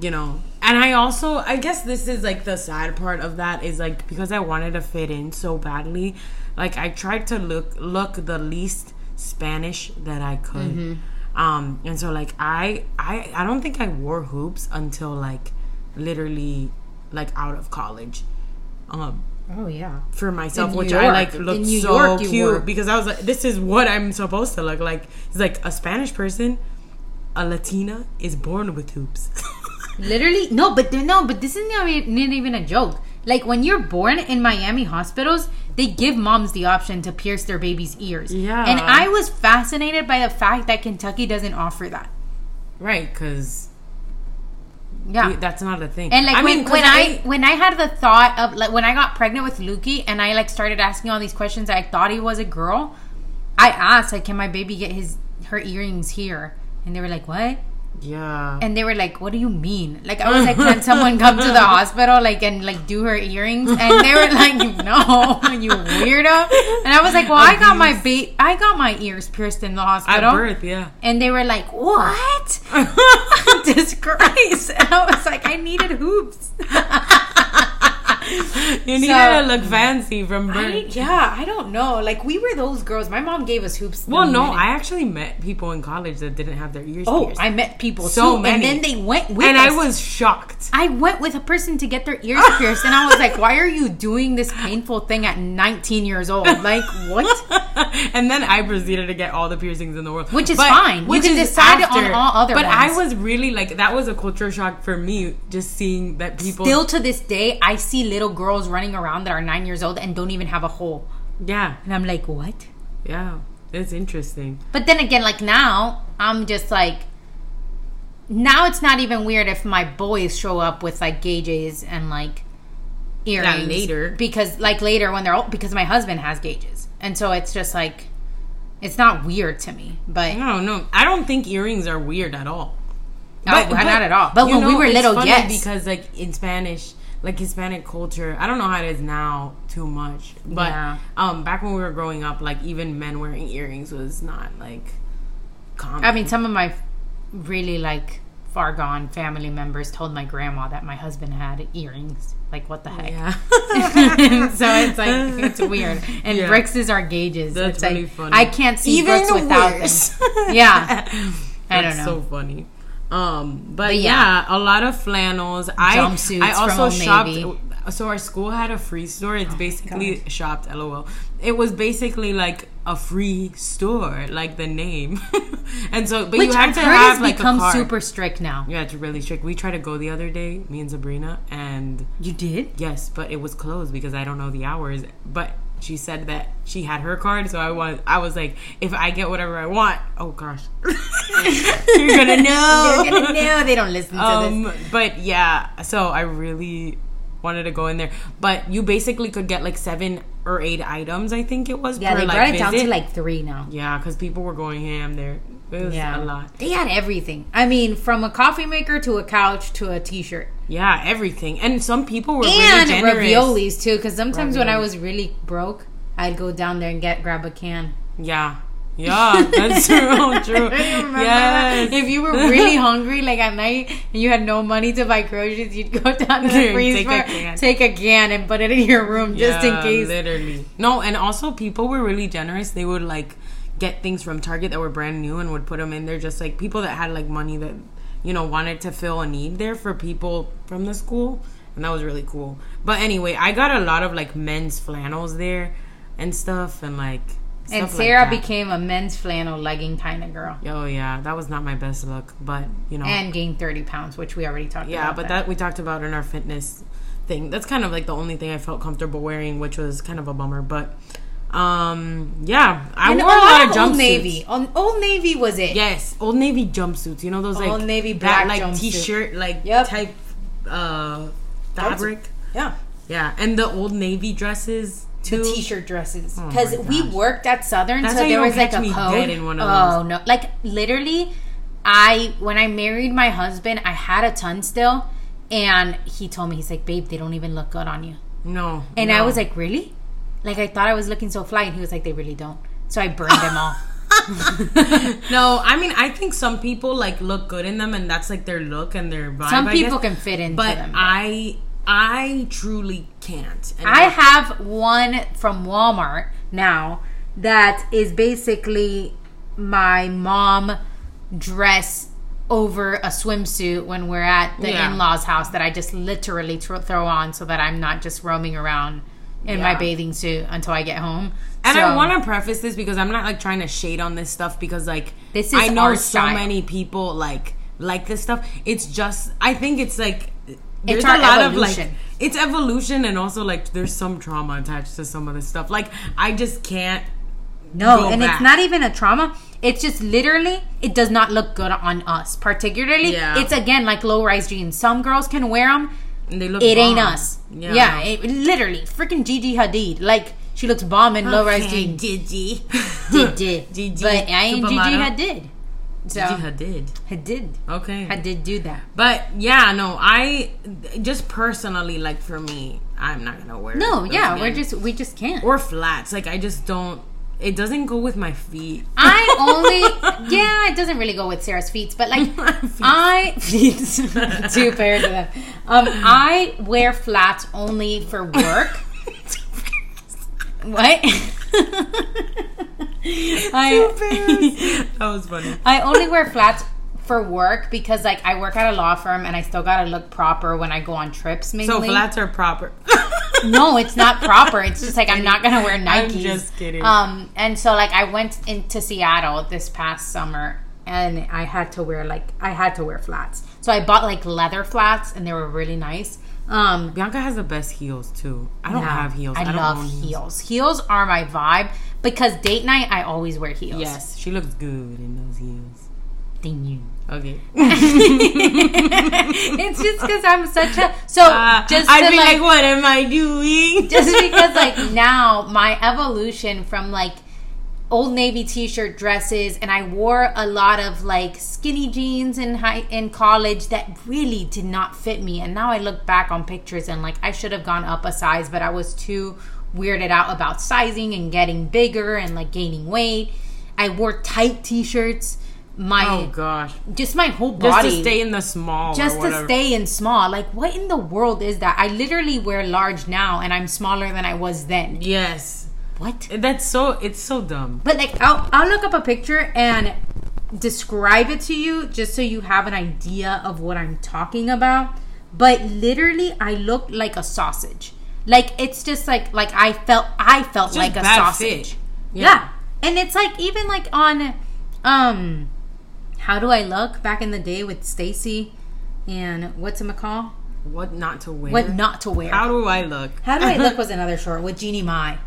Speaker 2: you know and i also i guess this is like the sad part of that is like because i wanted to fit in so badly like i tried to look look the least spanish that i could
Speaker 1: Mm-hmm.
Speaker 2: um and so like i i i don't think i wore hoops until like literally like out of college um
Speaker 1: Oh yeah.
Speaker 2: for myself,
Speaker 1: In
Speaker 2: which
Speaker 1: New
Speaker 2: I like
Speaker 1: York.
Speaker 2: looked
Speaker 1: In New
Speaker 2: so
Speaker 1: York you
Speaker 2: cute
Speaker 1: were.
Speaker 2: because I was like, this is what I'm supposed to look like. It's like a Spanish person, a Latina is born with hoops.
Speaker 1: Literally no, but then- no, but this isn't even, not even a joke. Like when you're born in Miami hospitals, they give moms the option to pierce their baby's ears.
Speaker 2: Yeah.
Speaker 1: And I was fascinated by the fact that Kentucky doesn't offer that.
Speaker 2: right, because
Speaker 1: Yeah.
Speaker 2: that's not a thing.
Speaker 1: And like
Speaker 2: I
Speaker 1: when,
Speaker 2: 'cause
Speaker 1: when I, when I had the thought of like when I got pregnant with Lukey and I like started asking all these questions, I thought he was a girl. I asked like, can my baby get his her earrings here? And they were like, what?
Speaker 2: yeah,
Speaker 1: And they were like, what do you mean? Like I was like, can someone come to the hospital like and like do her earrings? And they were like, no, you weirdo. And I was like, well, I got my ba- I got my ears pierced in the
Speaker 2: at
Speaker 1: hospital.
Speaker 2: birth, yeah.
Speaker 1: And they were like, what? Disgrace. And I was like, I needed hoops.
Speaker 2: you need
Speaker 1: So-
Speaker 2: to look fancy from
Speaker 1: I-
Speaker 2: birth.
Speaker 1: yeah, I don't know. Like we were those girls. My mom gave us hoops. the
Speaker 2: well, no,
Speaker 1: minute-
Speaker 2: I actually met people in college that didn't have their ears
Speaker 1: oh,
Speaker 2: pierced,
Speaker 1: I met people
Speaker 2: So
Speaker 1: too,
Speaker 2: many.
Speaker 1: and then they went with
Speaker 2: and
Speaker 1: us.
Speaker 2: I was shocked.
Speaker 1: I went with a person to get their ears pierced, and I was like, "Why are you doing this painful thing at 19 years old? Like what?"
Speaker 2: and then I proceeded to get all the piercings in the world,
Speaker 1: Which is fine. You can decide it on all other
Speaker 2: But I
Speaker 1: ones.
Speaker 2: was really like that was a culture shock for me, just seeing that people.
Speaker 1: Still to this day, I see little girls running around that are nine years old and don't even have a hole,
Speaker 2: yeah,
Speaker 1: and I'm like, "What?"
Speaker 2: yeah, it's interesting.
Speaker 1: But then again, like now, I'm just like, now it's not even weird if my boys show up with like gauges and like earrings
Speaker 2: later.
Speaker 1: because like later when they're old because my husband has gauges, and so it's just like, it's not weird to me. But
Speaker 2: I don't know. I don't think earrings are weird at all.
Speaker 1: No, Oh, not at all. But
Speaker 2: you
Speaker 1: when we were
Speaker 2: it's
Speaker 1: little,
Speaker 2: funny
Speaker 1: yes.
Speaker 2: because like in Spanish, like Hispanic culture, I don't know how it is now too much, but
Speaker 1: Yeah.
Speaker 2: um, back when we were growing up, like even men wearing earrings was not like common.
Speaker 1: I mean, some of my really like far gone family members told my grandma that my husband had earrings. Like, what the heck?
Speaker 2: Yeah.
Speaker 1: so it's like it's weird. And
Speaker 2: Yeah.
Speaker 1: bricks is our gauges.
Speaker 2: That's
Speaker 1: It's like,
Speaker 2: really funny.
Speaker 1: I can't see
Speaker 3: Even
Speaker 1: bricks without
Speaker 3: worse.
Speaker 1: them. Yeah, I don't
Speaker 2: That's
Speaker 1: know.
Speaker 2: So funny. Um, but,
Speaker 1: yeah.
Speaker 2: yeah. a lot of flannels. I
Speaker 1: Jumpsuits
Speaker 2: I
Speaker 1: from Oh
Speaker 2: also
Speaker 1: Old
Speaker 2: shopped.
Speaker 1: Navy.
Speaker 2: So our school had a free store. It's basically shopped. Lol. It was basically like a free store, like the name. and so, but
Speaker 1: Which
Speaker 2: you had
Speaker 1: I've
Speaker 2: to
Speaker 1: heard
Speaker 2: have
Speaker 1: has
Speaker 2: like a
Speaker 1: become
Speaker 2: card.
Speaker 1: super strict now.
Speaker 2: yeah, it's really strict. We tried to go the other day, me and Sabrina, and
Speaker 1: You did?
Speaker 2: Yes, but it was closed because I don't know the hours. But she said that she had her card, so I was I was like, if I get whatever I want, oh gosh, you're gonna know.
Speaker 1: They're gonna know they don't listen to this.
Speaker 2: Um, but yeah, so I really wanted to go in there, but you basically could get like seven or eight items. I think it was.
Speaker 1: Yeah,
Speaker 2: per,
Speaker 1: they
Speaker 2: like,
Speaker 1: brought it down to
Speaker 2: visit.
Speaker 1: like three now.
Speaker 2: yeah, because people were going ham there. It was
Speaker 1: Yeah,
Speaker 2: a lot.
Speaker 1: They had everything. I mean, from a coffee maker to a couch to a T-shirt
Speaker 2: Yeah, everything, and some people were
Speaker 1: and
Speaker 2: really generous.
Speaker 1: raviolis too. Because sometimes when I was really broke, I'd go down there and get grab a can.
Speaker 2: Yeah, yeah, that's true. true.
Speaker 1: Remember
Speaker 2: yes.
Speaker 1: that? If you were really hungry, like at night, and you had no money to buy groceries, you'd go down to the
Speaker 2: Take a
Speaker 1: freezer,
Speaker 2: can.
Speaker 1: take a can, and put it in your room just in
Speaker 2: Yeah,
Speaker 1: case.
Speaker 2: Literally. No, and also people were really generous. They would like get things from Target that were brand new and would put them in there. Just like people that had like money that you know wanted to fill a need there for people from the school, and that was really cool. But anyway, I got a lot of like men's flannels there and stuff, and like
Speaker 1: and
Speaker 2: stuff
Speaker 1: Sarah
Speaker 2: like that.
Speaker 1: became a men's flannel legging kind of girl
Speaker 2: Oh yeah, that was not my best look, but you know.
Speaker 1: and gained 30 pounds, which we already talked
Speaker 2: Oh. Yeah,
Speaker 1: about.
Speaker 2: but that we talked about in our fitness thing. That's kind of like the only thing I felt comfortable wearing, which was kind of a bummer. But um, yeah, I
Speaker 1: And
Speaker 2: wore a lot of
Speaker 1: Old
Speaker 2: jumpsuits.
Speaker 1: Navy. Old, Old Navy was it.
Speaker 2: Yes, Old Navy jumpsuits. You know those like
Speaker 1: Old Navy black
Speaker 2: that like
Speaker 1: jumpsuit.
Speaker 2: t-shirt like
Speaker 1: Yep.
Speaker 2: type uh fabric.
Speaker 1: yeah.
Speaker 2: Yeah, and the Old Navy dresses
Speaker 1: The
Speaker 2: too.
Speaker 1: t-shirt dresses because
Speaker 2: Oh my
Speaker 1: we
Speaker 2: gosh.
Speaker 1: worked at Southern,
Speaker 2: That's
Speaker 1: so
Speaker 2: how you
Speaker 1: there
Speaker 2: don't
Speaker 1: was like
Speaker 2: catch
Speaker 1: a
Speaker 2: me
Speaker 1: code.
Speaker 2: dead in one of
Speaker 1: oh no! Like literally, I when I married my husband, I had a ton still, and he told me he's like, "Babe, they don't even look good on you."
Speaker 2: No,
Speaker 1: And I
Speaker 2: no.
Speaker 1: was like, "Really?" Like I thought I was looking so fly, and he was like, "They really don't." So I burned them all.
Speaker 2: no. I mean, I think some people like look good in them, and that's like their look and their vibe.
Speaker 1: Some
Speaker 2: I guess.
Speaker 1: people can fit into
Speaker 2: but
Speaker 1: them.
Speaker 2: I I truly can't. And
Speaker 1: I have one from Walmart now that is basically my mom dress over a swimsuit when we're at the
Speaker 2: Yeah.
Speaker 1: in-laws house that I just literally tr- throw on so that I'm not just roaming around in my
Speaker 2: Yeah.
Speaker 1: bathing suit until I get home.
Speaker 2: And I
Speaker 1: So-
Speaker 2: want to preface this because I'm not like trying to shade on this stuff because like
Speaker 1: This is
Speaker 2: I know
Speaker 1: our
Speaker 2: so
Speaker 1: style.
Speaker 2: many people like like this stuff. It's just I think it's like there's
Speaker 1: our
Speaker 2: a lot of
Speaker 1: evolution.
Speaker 2: like it's evolution and also like there's some trauma attached to some of this stuff. Like I just can't.
Speaker 1: No,
Speaker 2: go
Speaker 1: and
Speaker 2: back.
Speaker 1: it's not even a trauma. It's just literally, it does not look good on us. Particularly,
Speaker 2: Yeah.
Speaker 1: it's again like low rise jeans. Some girls can wear them.
Speaker 2: And they look
Speaker 1: it ain't
Speaker 2: bomb.
Speaker 1: us. Yeah,
Speaker 2: Yeah.
Speaker 1: it, literally, freaking Gigi Hadid. Like she looks bomb in low rise
Speaker 2: Okay,
Speaker 1: jeans.
Speaker 2: Gigi.
Speaker 1: Did did.
Speaker 2: Gigi.
Speaker 1: But I ain't Gigi
Speaker 2: supermodel.
Speaker 1: Hadid. So
Speaker 2: Gigi Hadid.
Speaker 1: Hadid.
Speaker 2: Okay.
Speaker 1: Hadid do that.
Speaker 2: But yeah, no, I just personally like for me, I'm not gonna wear.
Speaker 1: No,
Speaker 2: those
Speaker 1: yeah, we're
Speaker 2: again.
Speaker 1: just we just can't.
Speaker 2: or flats. Like I just don't. It doesn't go with my feet.
Speaker 1: I only yeah, it doesn't really go with Sarah's feet, but like I feet two pairs of them. Um, I wear flats only for work. what? I
Speaker 2: that was funny.
Speaker 1: I only wear flats for work because like I work at a law firm and I still gotta look proper when I go on trips. Mainly,
Speaker 2: So flats are proper.
Speaker 1: no, it's not proper. It's just like I'm not gonna wear
Speaker 2: I'm
Speaker 1: Nikes.
Speaker 2: just kidding.
Speaker 1: Um, and so like I went into Seattle this past summer, and I had to wear like I had to wear flats. So I bought like leather flats, and they were really nice. Um,
Speaker 2: Bianca has the best heels too. I don't
Speaker 1: no,
Speaker 2: have heels.
Speaker 1: I,
Speaker 2: don't
Speaker 1: love
Speaker 2: own
Speaker 1: heels. Heels are my vibe because date night I always wear heels.
Speaker 2: Yes, she looks good in those heels.
Speaker 1: Thank you.
Speaker 2: Okay.
Speaker 1: it's just because I'm such a so
Speaker 2: Uh,
Speaker 1: just
Speaker 2: I'd
Speaker 1: to,
Speaker 2: be
Speaker 1: like
Speaker 2: like, what am I doing?
Speaker 1: just because like now my evolution from like old navy t-shirt dresses and i wore a lot of like skinny jeans in high in college that really did not fit me and now i look back on pictures and like i should have gone up a size but i was too weirded out about sizing and getting bigger and like gaining weight i wore tight t-shirts my
Speaker 2: Oh gosh.
Speaker 1: just my whole
Speaker 2: Just
Speaker 1: body
Speaker 2: to stay in the small. or
Speaker 1: just to
Speaker 2: whatever.
Speaker 1: stay in small. Like, what in the world is that? I literally wear large now, and I'm smaller than I was then.
Speaker 2: Yes.
Speaker 1: What?
Speaker 2: That's so. It's so dumb.
Speaker 1: But like, I'll I'll look up a picture and describe it to you just so you have an idea of what I'm talking about. But literally, I look like a sausage. Like it's just like like I felt I felt
Speaker 2: Just
Speaker 1: like a
Speaker 2: bad
Speaker 1: sausage.
Speaker 2: fit.
Speaker 1: Yeah.
Speaker 2: Yeah.
Speaker 1: and it's like even like on, um, how do I look back in the day with Stacy and what's it called?
Speaker 2: What not to wear?
Speaker 1: What not to wear?
Speaker 2: How do I look?
Speaker 1: How Do I Look was another short with Jeannie Mai.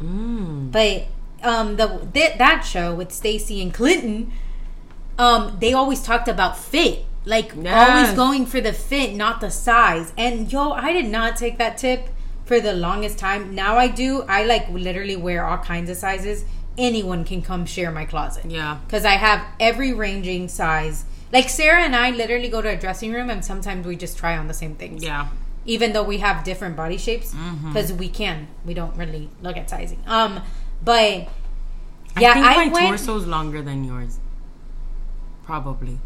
Speaker 2: Mm.
Speaker 1: But um, the th- that show with Stacy and Clinton, um, they always talked about fit, like always
Speaker 2: Yes.
Speaker 1: going for the fit, not the size. And yo, I did not take that tip for the longest time. Now I do. I like literally wear all kinds of sizes. Anyone can come share my closet
Speaker 2: Yeah.
Speaker 1: because I have every ranging size. Like Sarah and I literally go to a dressing room and sometimes we just try on the same things
Speaker 2: Yeah.
Speaker 1: even though we have different body shapes
Speaker 2: Mm-hmm.
Speaker 1: because we can we don't really look at sizing um but yeah
Speaker 2: I think
Speaker 1: i,
Speaker 2: my
Speaker 1: went
Speaker 2: torso's longer than yours. Probably.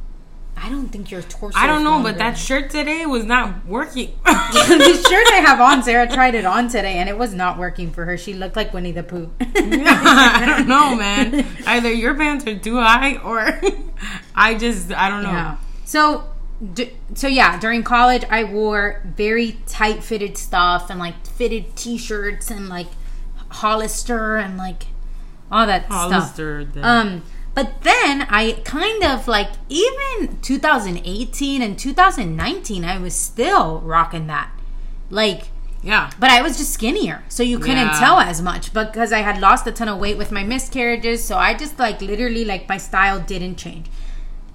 Speaker 1: i don't think your torso
Speaker 2: I don't
Speaker 1: is
Speaker 2: know,
Speaker 1: longer.
Speaker 2: but that shirt today was not working.
Speaker 1: the shirt i have on sarah tried it on today and it was not working for her she looked like winnie the pooh
Speaker 2: I don't know, man. Either your pants are too high or I just I don't know.
Speaker 1: Yeah. So, d- so yeah, during college, I wore very tight fitted stuff and like fitted t shirts and like Hollister and like all that
Speaker 2: Hollister,
Speaker 1: stuff.
Speaker 2: the-
Speaker 1: Um, but then I kind of like even 2018 and 2019, I was still rocking that. Like,
Speaker 2: Yeah.
Speaker 1: but I was just skinnier, so you couldn't
Speaker 2: Yeah.
Speaker 1: tell as much because I had lost a ton of weight with my miscarriages. So I just like literally like my style didn't change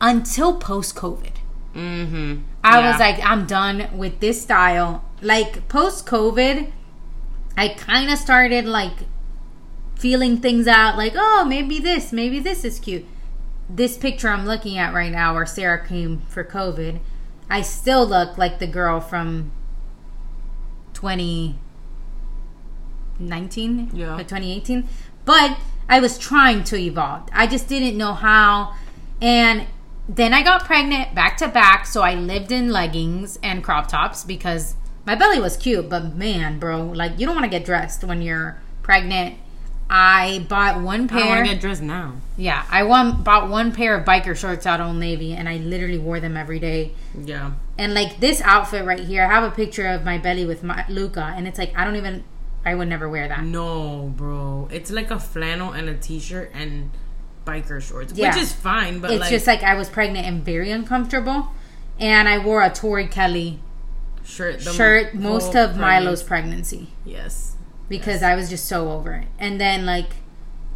Speaker 1: until post COVID.
Speaker 2: Mm-hmm.
Speaker 1: I
Speaker 2: Yeah.
Speaker 1: was like, I'm done with this style. Like post COVID, I kind of started like feeling things out. Like, oh, maybe this, maybe this is cute. This picture I'm looking at right now, where Sarah came for COVID, I still look like the girl from 2019,
Speaker 2: Yeah.
Speaker 1: or 2018. uh, But I was trying to evolve. I just didn't know how. And then I got pregnant back to back, so I lived in leggings and crop tops because my belly was cute, but man, bro, like you don't want to get dressed when you're pregnant. I bought one
Speaker 2: I
Speaker 1: pair.
Speaker 2: want to get dressed now.
Speaker 1: yeah, I won, bought one pair of biker shorts out on Navy, and I literally wore them every day.
Speaker 2: Yeah.
Speaker 1: And like this outfit right here, I have a picture of my belly with my Luca, and it's like I don't even, I would never wear that.
Speaker 2: No, bro. It's like a flannel and a t-shirt and biker shorts,
Speaker 1: Yeah.
Speaker 2: which is fine, but
Speaker 1: It's
Speaker 2: like
Speaker 1: just like I was pregnant and very uncomfortable, and I wore a Tori Kelly
Speaker 2: shirt the
Speaker 1: shirt
Speaker 2: mo-
Speaker 1: most
Speaker 2: whole
Speaker 1: of
Speaker 2: pregnant-
Speaker 1: Milo's pregnancy
Speaker 2: Yes.
Speaker 1: because I was just so over it. And then like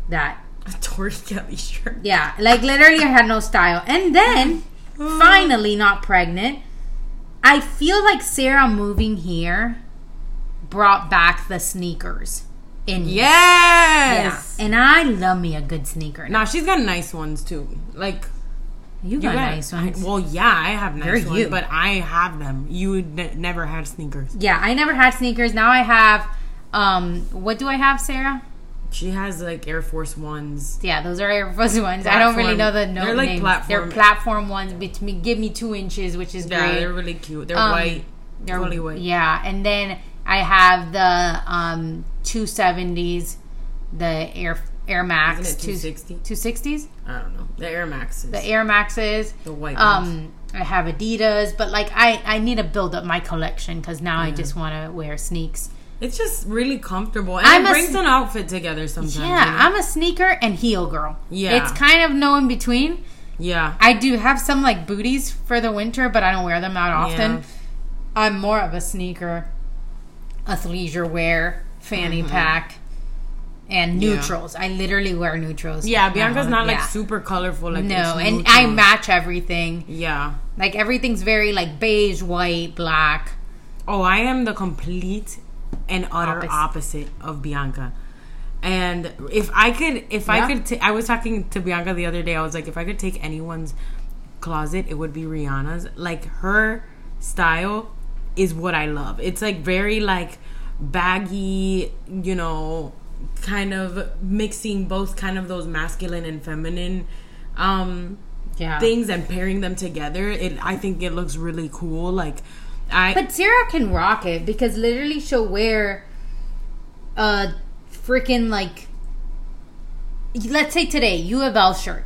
Speaker 1: that,
Speaker 2: A Tori Kelly shirt.
Speaker 1: yeah, like literally I had no style. And then
Speaker 2: Mm.
Speaker 1: finally, not pregnant, I feel like Sarah moving here brought back the sneakers in me.
Speaker 2: Yes.
Speaker 1: Yeah. And I love me a good sneaker.
Speaker 2: Now she's got nice ones too. Like
Speaker 1: you got
Speaker 2: Yeah,
Speaker 1: nice
Speaker 2: I-
Speaker 1: ones.
Speaker 2: well, yeah, I have nice
Speaker 1: You're
Speaker 2: ones,
Speaker 1: you.
Speaker 2: but I have them. You n- never had sneakers.
Speaker 1: yeah, I never had sneakers. Now I have. Um, what do I have, Sarah?
Speaker 2: She has like Air Force Ones.
Speaker 1: Yeah, those are Air Force ones. I don't really
Speaker 2: Platform.
Speaker 1: know the no
Speaker 2: They're like
Speaker 1: names. They're
Speaker 2: platform.
Speaker 1: platform ones, which me, give me two inches, which is
Speaker 2: Yeah,
Speaker 1: great.
Speaker 2: they're really cute. They're
Speaker 1: Um,
Speaker 2: white.
Speaker 1: They're-
Speaker 2: They're really white.
Speaker 1: Yeah, and then I have the um, 270s, the Air Air Max
Speaker 2: Isn't it
Speaker 1: two-
Speaker 2: 260?
Speaker 1: 260s,
Speaker 2: I don't know. The Air Maxes.
Speaker 1: the Air Maxes.
Speaker 2: The white
Speaker 1: Um, I have Adidas, but like I I need to build up my collection because now I just want to wear sneaks.
Speaker 2: it's just really comfortable, and
Speaker 1: I'm a
Speaker 2: it brings
Speaker 1: s-
Speaker 2: an outfit together sometimes.
Speaker 1: Yeah,
Speaker 2: you know?
Speaker 1: I'm a sneaker and heel girl.
Speaker 2: Yeah.
Speaker 1: It's kind of no in between.
Speaker 2: yeah.
Speaker 1: I do have some like booties for the winter, but I don't wear them out often.
Speaker 2: Yeah.
Speaker 1: I'm more of a sneaker, athleisure wear, fanny pack, and
Speaker 2: Mm-hmm. Yeah.
Speaker 1: neutrals. I literally wear neutrals.
Speaker 2: Yeah, Bianca's not like
Speaker 1: Yeah.
Speaker 2: super colorful like
Speaker 1: No,
Speaker 2: it's
Speaker 1: and
Speaker 2: neutral.
Speaker 1: I match everything.
Speaker 2: yeah.
Speaker 1: Like everything's very like beige, white, black.
Speaker 2: Oh, I am the complete and utter
Speaker 1: Opposite.
Speaker 2: opposite, of Bianca. And if I could, if
Speaker 1: Yeah.
Speaker 2: I could, ta- I was talking to Bianca the other day. I was like, if I could take anyone's closet, it would be Rihanna's. Like her style is what I love. It's like very like baggy, you know, kind of mixing both kind of those masculine and feminine um
Speaker 1: Yeah.
Speaker 2: things and pairing them together, it I think it looks really cool. Like I
Speaker 1: But Sarah can rock it because literally she'll wear a freaking like let's say today U of L shirt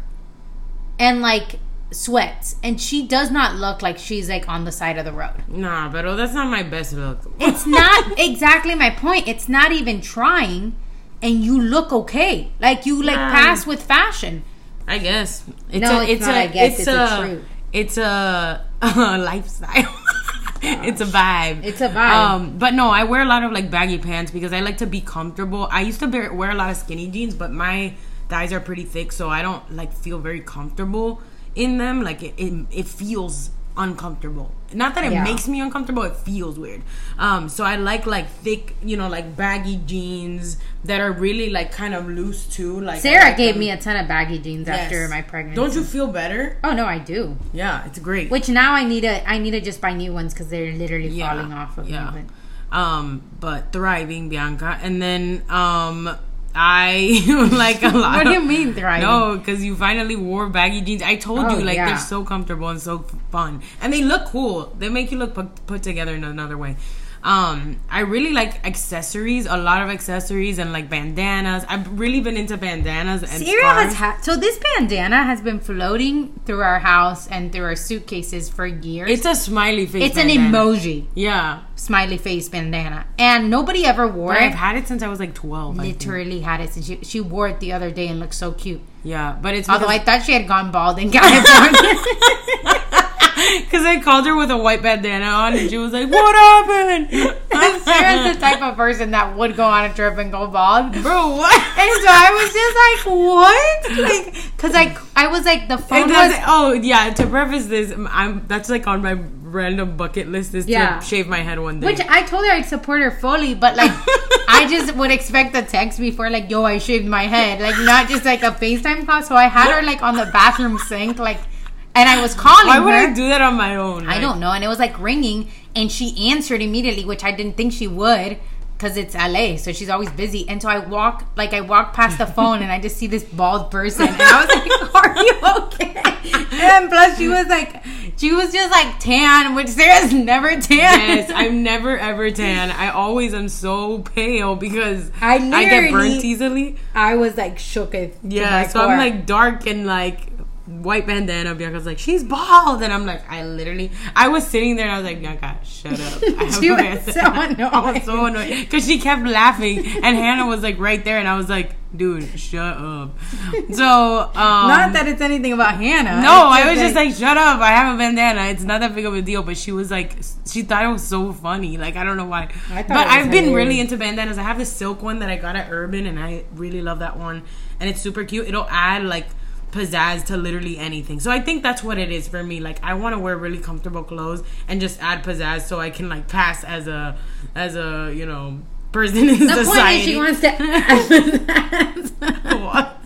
Speaker 1: and like sweats and she does not look like she's like on the side of the road.
Speaker 2: nah, but oh, that's not my best look.
Speaker 1: It's not exactly my point. It's not even trying and you look okay. Like you like
Speaker 2: Yeah.
Speaker 1: pass with fashion.
Speaker 2: I guess it's
Speaker 1: No, it's not, I guess. It's a truth.
Speaker 2: it's a, lifestyle. it's a vibe.
Speaker 1: It's a vibe.
Speaker 2: Um, but no, I wear a lot of like baggy pants because I like to be comfortable. I used to bear, wear a lot of skinny jeans, but my thighs are pretty thick, so I don't like feel very comfortable in them. Like it, it, it feels uncomfortable. Not that it
Speaker 1: Yeah.
Speaker 2: makes me uncomfortable, it feels weird. Um, so I like like thick, you know, like baggy jeans that are really like kind of loose too. Like I
Speaker 1: Sarah
Speaker 2: like
Speaker 1: gave
Speaker 2: them-
Speaker 1: me a ton of baggy jeans after
Speaker 2: Yes.
Speaker 1: my pregnancy.
Speaker 2: Don't you feel better?
Speaker 1: Oh no, I do.
Speaker 2: Yeah, it's great.
Speaker 1: Which now I need to I need to just buy new ones because they're literally
Speaker 2: yeah.
Speaker 1: falling off of
Speaker 2: yeah.
Speaker 1: me. But
Speaker 2: Um, but thriving Bianca, and then um, I like a lot.
Speaker 1: What do you
Speaker 2: of-
Speaker 1: mean thriving?
Speaker 2: No, because you finally wore baggy jeans. I told
Speaker 1: Oh,
Speaker 2: you, like
Speaker 1: yeah.
Speaker 2: they're so comfortable and so fun, and they look cool. They make you look put, put together in another way. Um, I really like accessories, a lot of accessories, and like bandanas. I've really been into bandanas and
Speaker 1: Sarah has
Speaker 2: scarves.
Speaker 1: had so this bandana has been floating through our house and through our suitcases for years. It's,
Speaker 2: It's a smiley face.
Speaker 1: an
Speaker 2: bandana.
Speaker 1: emoji
Speaker 2: Yeah,
Speaker 1: smiley face bandana, and nobody ever wore
Speaker 2: I've
Speaker 1: it.
Speaker 2: had it since I was like twelve. I think.
Speaker 1: Literally had it since she, she wore it the other day and looked so cute.
Speaker 2: Yeah, but it's
Speaker 1: Although I thought she had gone bald in California.
Speaker 2: Because I called her with a white bandana on, and she was like, "What happened?"
Speaker 1: Sarah's the type of person that would go on a trip and go bald.
Speaker 2: bro, what?
Speaker 1: And so I was just like, what? Like, cause I, I was like, the phone
Speaker 2: It
Speaker 1: was.
Speaker 2: doesn't, oh yeah. To preface this, um, I'm that's like on my random bucket list is
Speaker 1: Yeah.
Speaker 2: to shave my head one day.
Speaker 1: Which I told her I'd support her fully, but like, I just would expect a text before, like, yo, I shaved my head. Like, not just like a FaceTime call. So I had her, like, on the bathroom sink, like, and I was calling
Speaker 2: why would
Speaker 1: her.
Speaker 2: I do that on my own?
Speaker 1: I don't know. And it was like ringing, and she answered immediately, which I didn't think she would. Cause it's LA, so she's always busy. And so I walk, like I walk past the phone, and I just see this bald person, and I was like, "Are you okay?" And plus, she was like, she was just like tan, which Sarah's never tan.
Speaker 2: Yes, I'm never ever tan. I always am so pale because
Speaker 1: I
Speaker 2: I get burnt
Speaker 1: literally-
Speaker 2: easily.
Speaker 1: I was like shook. It
Speaker 2: Yeah, so I'm like dark and like white bandana. Bianca's like, she's bald, and I'm like, I literally, I was sitting there and I was like, Bianca, shut up. I have
Speaker 1: She
Speaker 2: a
Speaker 1: was
Speaker 2: bandana."
Speaker 1: so
Speaker 2: I
Speaker 1: annoying.
Speaker 2: was so annoyed because she kept laughing, and Hannah was like right there, and I was like, dude, shut up. So um,
Speaker 1: not that it's anything about Hannah.
Speaker 2: no, I was just like, shut up. I have a bandana. It's not that big of a deal. But she was like, she thought it was so funny. Like, I don't know why.
Speaker 1: I thought it
Speaker 2: but
Speaker 1: was
Speaker 2: I've been
Speaker 1: hilarious.
Speaker 2: really into bandanas. I have this silk one that I got at Urban, and I really love that one. And it's super cute. It'll add like pizzazz to literally anything. So I think that's what it is for me. Like, I want to wear really comfortable clothes and just add pizzazz so I can like pass as a, as a, you know, person
Speaker 1: the
Speaker 2: in
Speaker 1: point is
Speaker 2: society.
Speaker 1: she wants to.
Speaker 2: What?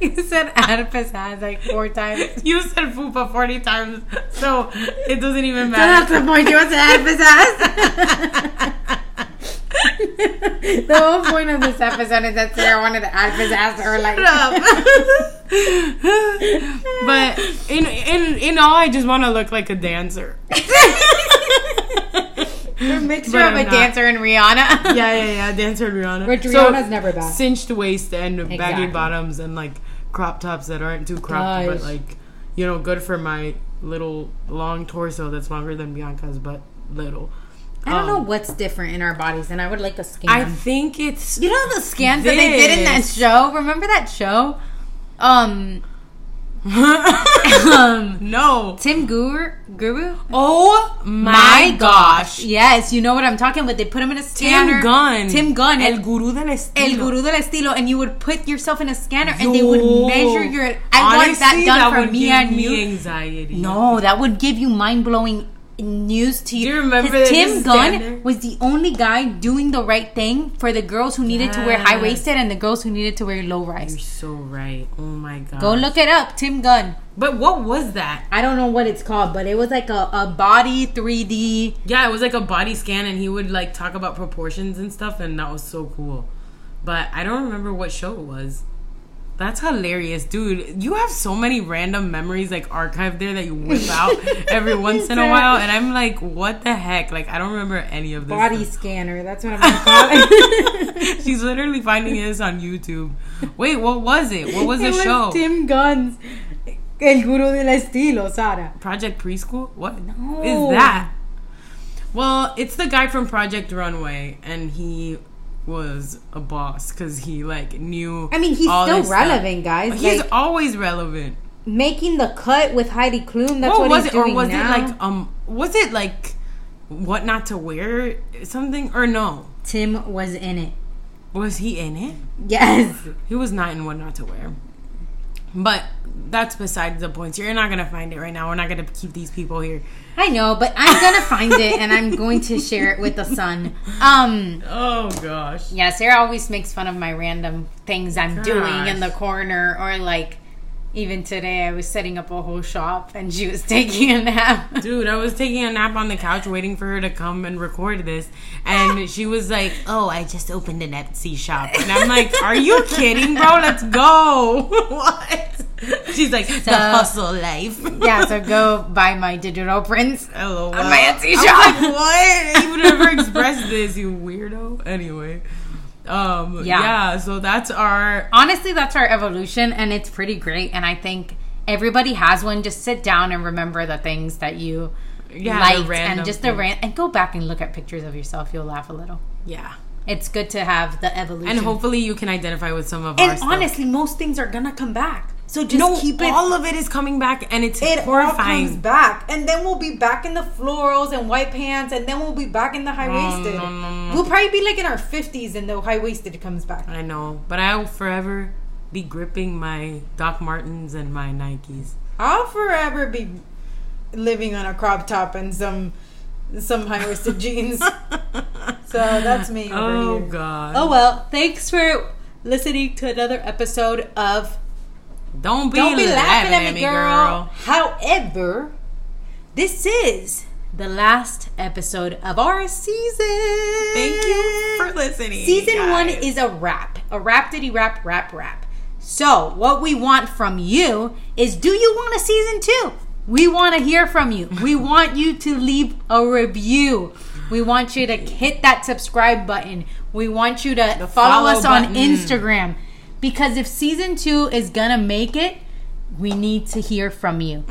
Speaker 1: you said Oedipus has like four times.
Speaker 2: You said fupa 40 times, so it doesn't even
Speaker 1: That's
Speaker 2: matter.
Speaker 1: the point. You want to add pizzazz. the whole point of this episode is that Sarah wanted to add pizzazz to her like.
Speaker 2: but in in in all, I just want to look like a dancer.
Speaker 1: A mixture
Speaker 2: But
Speaker 1: of a
Speaker 2: I'm not.
Speaker 1: dancer and Rihanna.
Speaker 2: Yeah, yeah, yeah, dancer and Rihanna.
Speaker 1: Which
Speaker 2: So,
Speaker 1: Rihanna's never bad.
Speaker 2: Cinched waist and
Speaker 1: Exactly.
Speaker 2: baggy bottoms and like crop tops that aren't too cropped,
Speaker 1: Guys.
Speaker 2: but like you know, good for my little long torso that's longer than Bianca's, but little.
Speaker 1: I don't
Speaker 2: Um,
Speaker 1: know what's different in our bodies, and I would like a scan.
Speaker 2: I think it's
Speaker 1: you know the scans that they did in that
Speaker 2: This.
Speaker 1: show. Remember that show? Um,
Speaker 2: no.
Speaker 1: Tim Guru, Guru.
Speaker 2: Oh my gosh.
Speaker 1: Yes, you know what I'm talking about. They put him in a scanner.
Speaker 2: Tim Gunn.
Speaker 1: Tim Gunn.
Speaker 2: El guru del estilo.
Speaker 1: El guru del estilo, and you would put yourself in a scanner, and they would measure your. I want that
Speaker 2: Honestly,
Speaker 1: done for
Speaker 2: would
Speaker 1: me
Speaker 2: give
Speaker 1: and you.
Speaker 2: anxiety.
Speaker 1: No, that would give you mind blowing news to you.
Speaker 2: Do you remember
Speaker 1: 'Cause
Speaker 2: that
Speaker 1: Tim
Speaker 2: this
Speaker 1: Gunn
Speaker 2: standard-
Speaker 1: was the only guy doing the right thing for the girls who needed to wear
Speaker 2: Yes.
Speaker 1: high waisted and the girls who needed to wear low
Speaker 2: You're
Speaker 1: rise.
Speaker 2: so right. Oh my god.
Speaker 1: Go look it up, Tim Gunn.
Speaker 2: But what was that?
Speaker 1: I don't know what it's called, but it was like a, a body 3D.
Speaker 2: Yeah, it was like a body scan, and he would like talk about proportions and stuff, and that was so cool. But I don't remember what show it was. That's hilarious, dude. You have so many random memories like archived there that you whip out every once in a while, and I'm like, what the heck? Like, I don't remember any of this.
Speaker 1: Body scanner. That's what I'm gonna call it.
Speaker 2: She's literally finding this on YouTube. Wait, what was it? What was the
Speaker 1: It was
Speaker 2: show?
Speaker 1: Tim Gunn's El Guru del Estilo, Sara.
Speaker 2: Project Preschool? What is
Speaker 1: No.
Speaker 2: that? Well, it's the guy from Project Runway, and he was a boss because he like knew.
Speaker 1: I mean, he's
Speaker 2: all
Speaker 1: still
Speaker 2: this stuff.
Speaker 1: relevant, guys.
Speaker 2: He's
Speaker 1: Like-
Speaker 2: always relevant.
Speaker 1: Making the cut with Heidi Klum. That's
Speaker 2: what,
Speaker 1: what,
Speaker 2: was
Speaker 1: he's
Speaker 2: it, or
Speaker 1: doing
Speaker 2: was
Speaker 1: now.
Speaker 2: it like um? Was it like what not to wear something or no?
Speaker 1: Tim was in it.
Speaker 2: Was he in it?
Speaker 1: Yes.
Speaker 2: He was not in what not to wear. But that's besides the point. You're not gonna find it right now. We're not gonna keep these people here.
Speaker 1: I know, but I'm gonna find it and I'm going to share it with the sun. Um,
Speaker 2: Oh gosh.
Speaker 1: yeah, Sarah always makes fun of my random things I'm doing in the
Speaker 2: Gosh.
Speaker 1: corner, or like even today I was setting up a whole shop and she was taking a nap.
Speaker 2: Dude, I was taking a nap on the couch waiting for her to come and record this. And she was like, Oh, I just opened an Etsy shop. And I'm like, Are you kidding, bro? Let's go. what? She's like, The hustle life.
Speaker 1: yeah, so go buy my digital prints.
Speaker 2: LOL.
Speaker 1: my Etsy
Speaker 2: I'm
Speaker 1: shop.
Speaker 2: like, what? You would never expressed this, you weirdo. Anyway. Um
Speaker 1: Yeah.
Speaker 2: yeah. so that's our
Speaker 1: Honestly, that's our evolution and it's pretty great. And I think everybody has one. Just sit down and remember the things that you
Speaker 2: yeah, the
Speaker 1: liked and
Speaker 2: random
Speaker 1: just the
Speaker 2: thing.
Speaker 1: ran and go back and look at pictures of yourself. You'll laugh a little.
Speaker 2: Yeah.
Speaker 1: It's good to have the evolution.
Speaker 2: And hopefully you can identify with some of our
Speaker 1: And
Speaker 2: stuff.
Speaker 1: honestly, most things are gonna come back. So just
Speaker 2: no,
Speaker 1: keep it.
Speaker 2: all of it is coming back and it's
Speaker 1: it all
Speaker 2: horrifying.
Speaker 1: comes back, and then we'll be back in the florals and white pants, and then we'll be back in the
Speaker 2: Mm,
Speaker 1: high waisted.
Speaker 2: no, no, no.
Speaker 1: We'll probably be like in our fifties, and the high waisted comes back.
Speaker 2: I know, but I will forever be gripping my Doc Martens and my Nikes.
Speaker 1: I'll forever be living on a crop top and some some high waisted jeans. So that's me. Over
Speaker 2: oh
Speaker 1: here.
Speaker 2: God!
Speaker 1: Oh well, thanks for listening to another episode of
Speaker 2: don't be,
Speaker 1: Don't be
Speaker 2: laughing, at me, girl.
Speaker 1: However, this is the last episode of our season.
Speaker 2: Thank you for listening.
Speaker 1: Season one
Speaker 2: guys.
Speaker 1: is a wrap. A wrap diddy wrap wrap wrap. So what we want from you is do you want a season two? We want to hear from you. We want you to leave a review. We want you to hit that subscribe button. We want you to follow
Speaker 2: follow
Speaker 1: us on
Speaker 2: button.
Speaker 1: Instagram. Because if season two is gonna make it, we need to hear from you.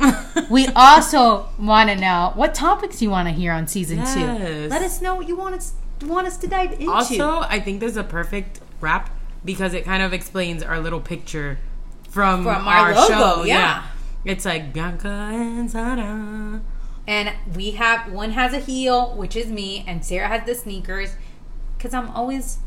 Speaker 1: we also want to know what topics you want to hear on season two.
Speaker 2: Yes.
Speaker 1: Let us know what you want us want us to dive into.
Speaker 2: also. I think there's a perfect wrap because it kind of explains our little picture from,
Speaker 1: From our logo,
Speaker 2: show.
Speaker 1: yeah.
Speaker 2: It's like Bianca and Sara.
Speaker 1: And we have one has a heel, which is me, and Sarah has the sneakers because I'm always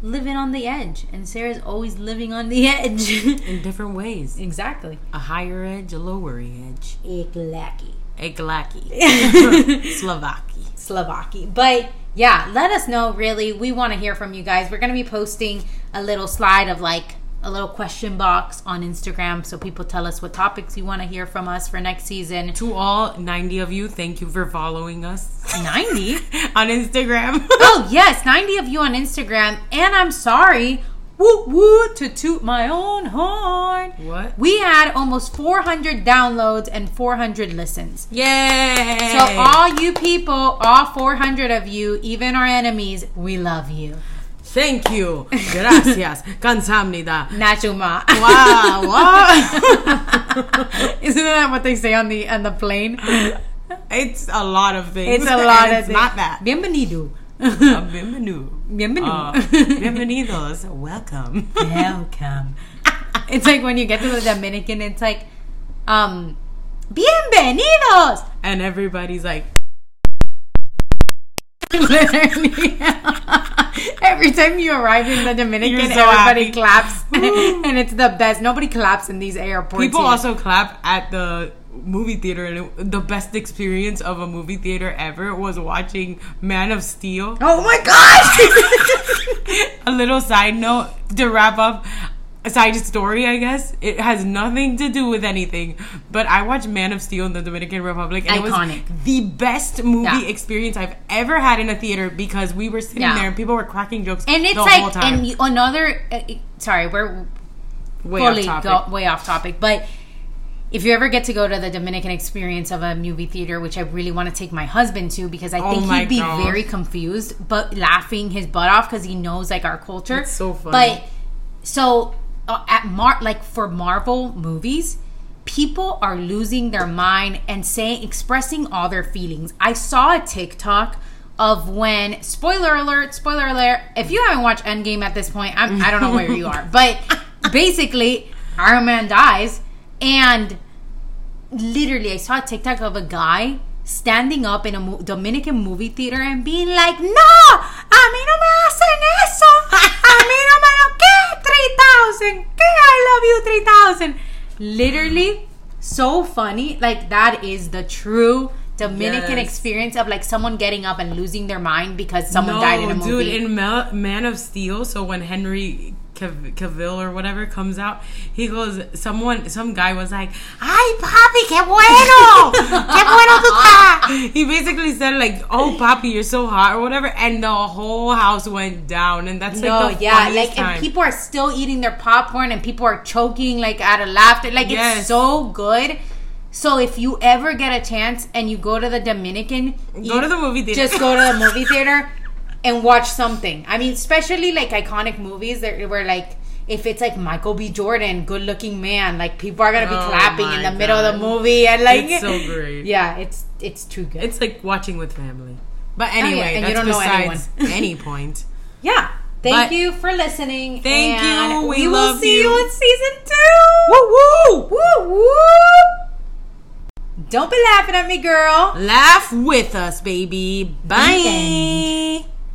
Speaker 1: living on the edge, and Sarah's always living on the edge.
Speaker 2: in different ways.
Speaker 1: exactly.
Speaker 2: A higher edge, a lower edge.
Speaker 1: Iglaki.
Speaker 2: A glacky. Slovaki.
Speaker 1: Slovaki. But yeah, let us know really. We want to hear from you guys. We're going to be posting a little slide of like a little question box on Instagram so people tell us what topics you want to hear from us for next season.
Speaker 2: To all 90 of you, thank you for following us
Speaker 1: 90?
Speaker 2: on Instagram.
Speaker 1: Oh yes, 90 of you on Instagram, and I'm sorry. Woo woo to toot my own horn.
Speaker 2: What?
Speaker 1: We had almost 400 downloads and 400 listens.
Speaker 2: Yay!
Speaker 1: So all you people, all 400 of you, even our enemies, we love you.
Speaker 2: thank you. Gracias. Kansamnida.
Speaker 1: Nachuma.
Speaker 2: Wow, what?
Speaker 1: Isn't that what they say on the on the plane?
Speaker 2: It's a lot of things.
Speaker 1: It's a lot
Speaker 2: and
Speaker 1: of
Speaker 2: It's
Speaker 1: things.
Speaker 2: not that.
Speaker 1: Bienvenido.
Speaker 2: Bienvenido. Uh,
Speaker 1: Bienvenido.
Speaker 2: bienvenidos. Welcome.
Speaker 1: Welcome. it's like when you get to the Dominican, it's like, um, bienvenidos.
Speaker 2: And everybody's like,
Speaker 1: Literally. Every time you arrive in the Dominican,
Speaker 2: You're so
Speaker 1: everybody
Speaker 2: happy.
Speaker 1: claps, and it's the best. Nobody claps in these airports.
Speaker 2: People
Speaker 1: here.
Speaker 2: also clap at the movie theater, and it- the best experience of a movie theater ever was watching Man of Steel.
Speaker 1: Oh my gosh!
Speaker 2: a little side note to wrap up a side story, I guess. It has nothing to do with anything, but I watched Man of Steel in the Dominican Republic, and
Speaker 1: Iconic.
Speaker 2: it was the best movie
Speaker 1: Yeah.
Speaker 2: experience I've ever had in a theater because we were sitting
Speaker 1: Yeah.
Speaker 2: there and people were cracking jokes
Speaker 1: and it's
Speaker 2: the whole
Speaker 1: like,
Speaker 2: time.
Speaker 1: and you, another. Uh, sorry, e, we're
Speaker 2: Way off
Speaker 1: fully
Speaker 2: topic.
Speaker 1: go way off topic, but if you ever get to go to the Dominican experience of a movie theater, which I really want to take my husband to because I
Speaker 2: Oh
Speaker 1: think
Speaker 2: my
Speaker 1: he'd be
Speaker 2: God.
Speaker 1: very confused but laughing his butt off because he knows like our culture.
Speaker 2: It's so funny.
Speaker 1: But so uh, at Mar like for Marvel movies, people are losing their mind and saying expressing all their feelings. I saw a TikTok of when spoiler alert, spoiler alert. If you haven't watched Endgame at this point, I'm, I don't know where you are. But basically, Iron Man dies and literally I saw a TikTok of a guy standing up in a mo- Dominican movie theater and being like, "No, a mí no me hacen eso. A mí no me lo que 3000. Que I love you 3000." Literally so funny. Like that is the true Dominican
Speaker 2: Yes.
Speaker 1: experience of like someone getting up and losing their mind because someone
Speaker 2: no,
Speaker 1: died in a movie.
Speaker 2: dude, in Mel- Man of Steel, so when Henry Cav- Cavill or whatever comes out, he goes, someone, some guy was like, "Ay, papi, qué bueno, qué bueno tú estás." He basically said like, "Oh, papi, you're so hot" or whatever, and the whole house went down, and that's
Speaker 1: no,
Speaker 2: like the
Speaker 1: yeah,
Speaker 2: funniest
Speaker 1: like
Speaker 2: time.
Speaker 1: and people are still eating their popcorn and people are choking like out of laughter. Like
Speaker 2: Yes.
Speaker 1: it's so good. So if you ever get a chance and you go to the Dominican,
Speaker 2: Go
Speaker 1: you-
Speaker 2: to the movie theater.
Speaker 1: Just go to the movie theater and watch something. I mean, especially like iconic movies that were like if it's like Michael B. Jordan, good looking man, like people are gonna be
Speaker 2: Oh
Speaker 1: clapping in
Speaker 2: my
Speaker 1: the middle of the
Speaker 2: God.
Speaker 1: movie and like
Speaker 2: It's so great.
Speaker 1: Yeah, it's it's too good.
Speaker 2: It's like watching with family. But
Speaker 1: Oh, yeah,
Speaker 2: anyway,
Speaker 1: and
Speaker 2: that's
Speaker 1: you don't know
Speaker 2: besides
Speaker 1: anyone.
Speaker 2: any point.
Speaker 1: yeah. Thank
Speaker 2: But-
Speaker 1: you for listening.
Speaker 2: Thank
Speaker 1: and
Speaker 2: you. We
Speaker 1: will
Speaker 2: love
Speaker 1: see you.
Speaker 2: you.
Speaker 1: in season two.
Speaker 2: Woo woo!
Speaker 1: Woo woo! Don't be laughing at me, girl.
Speaker 2: Laugh with us, baby. Bye.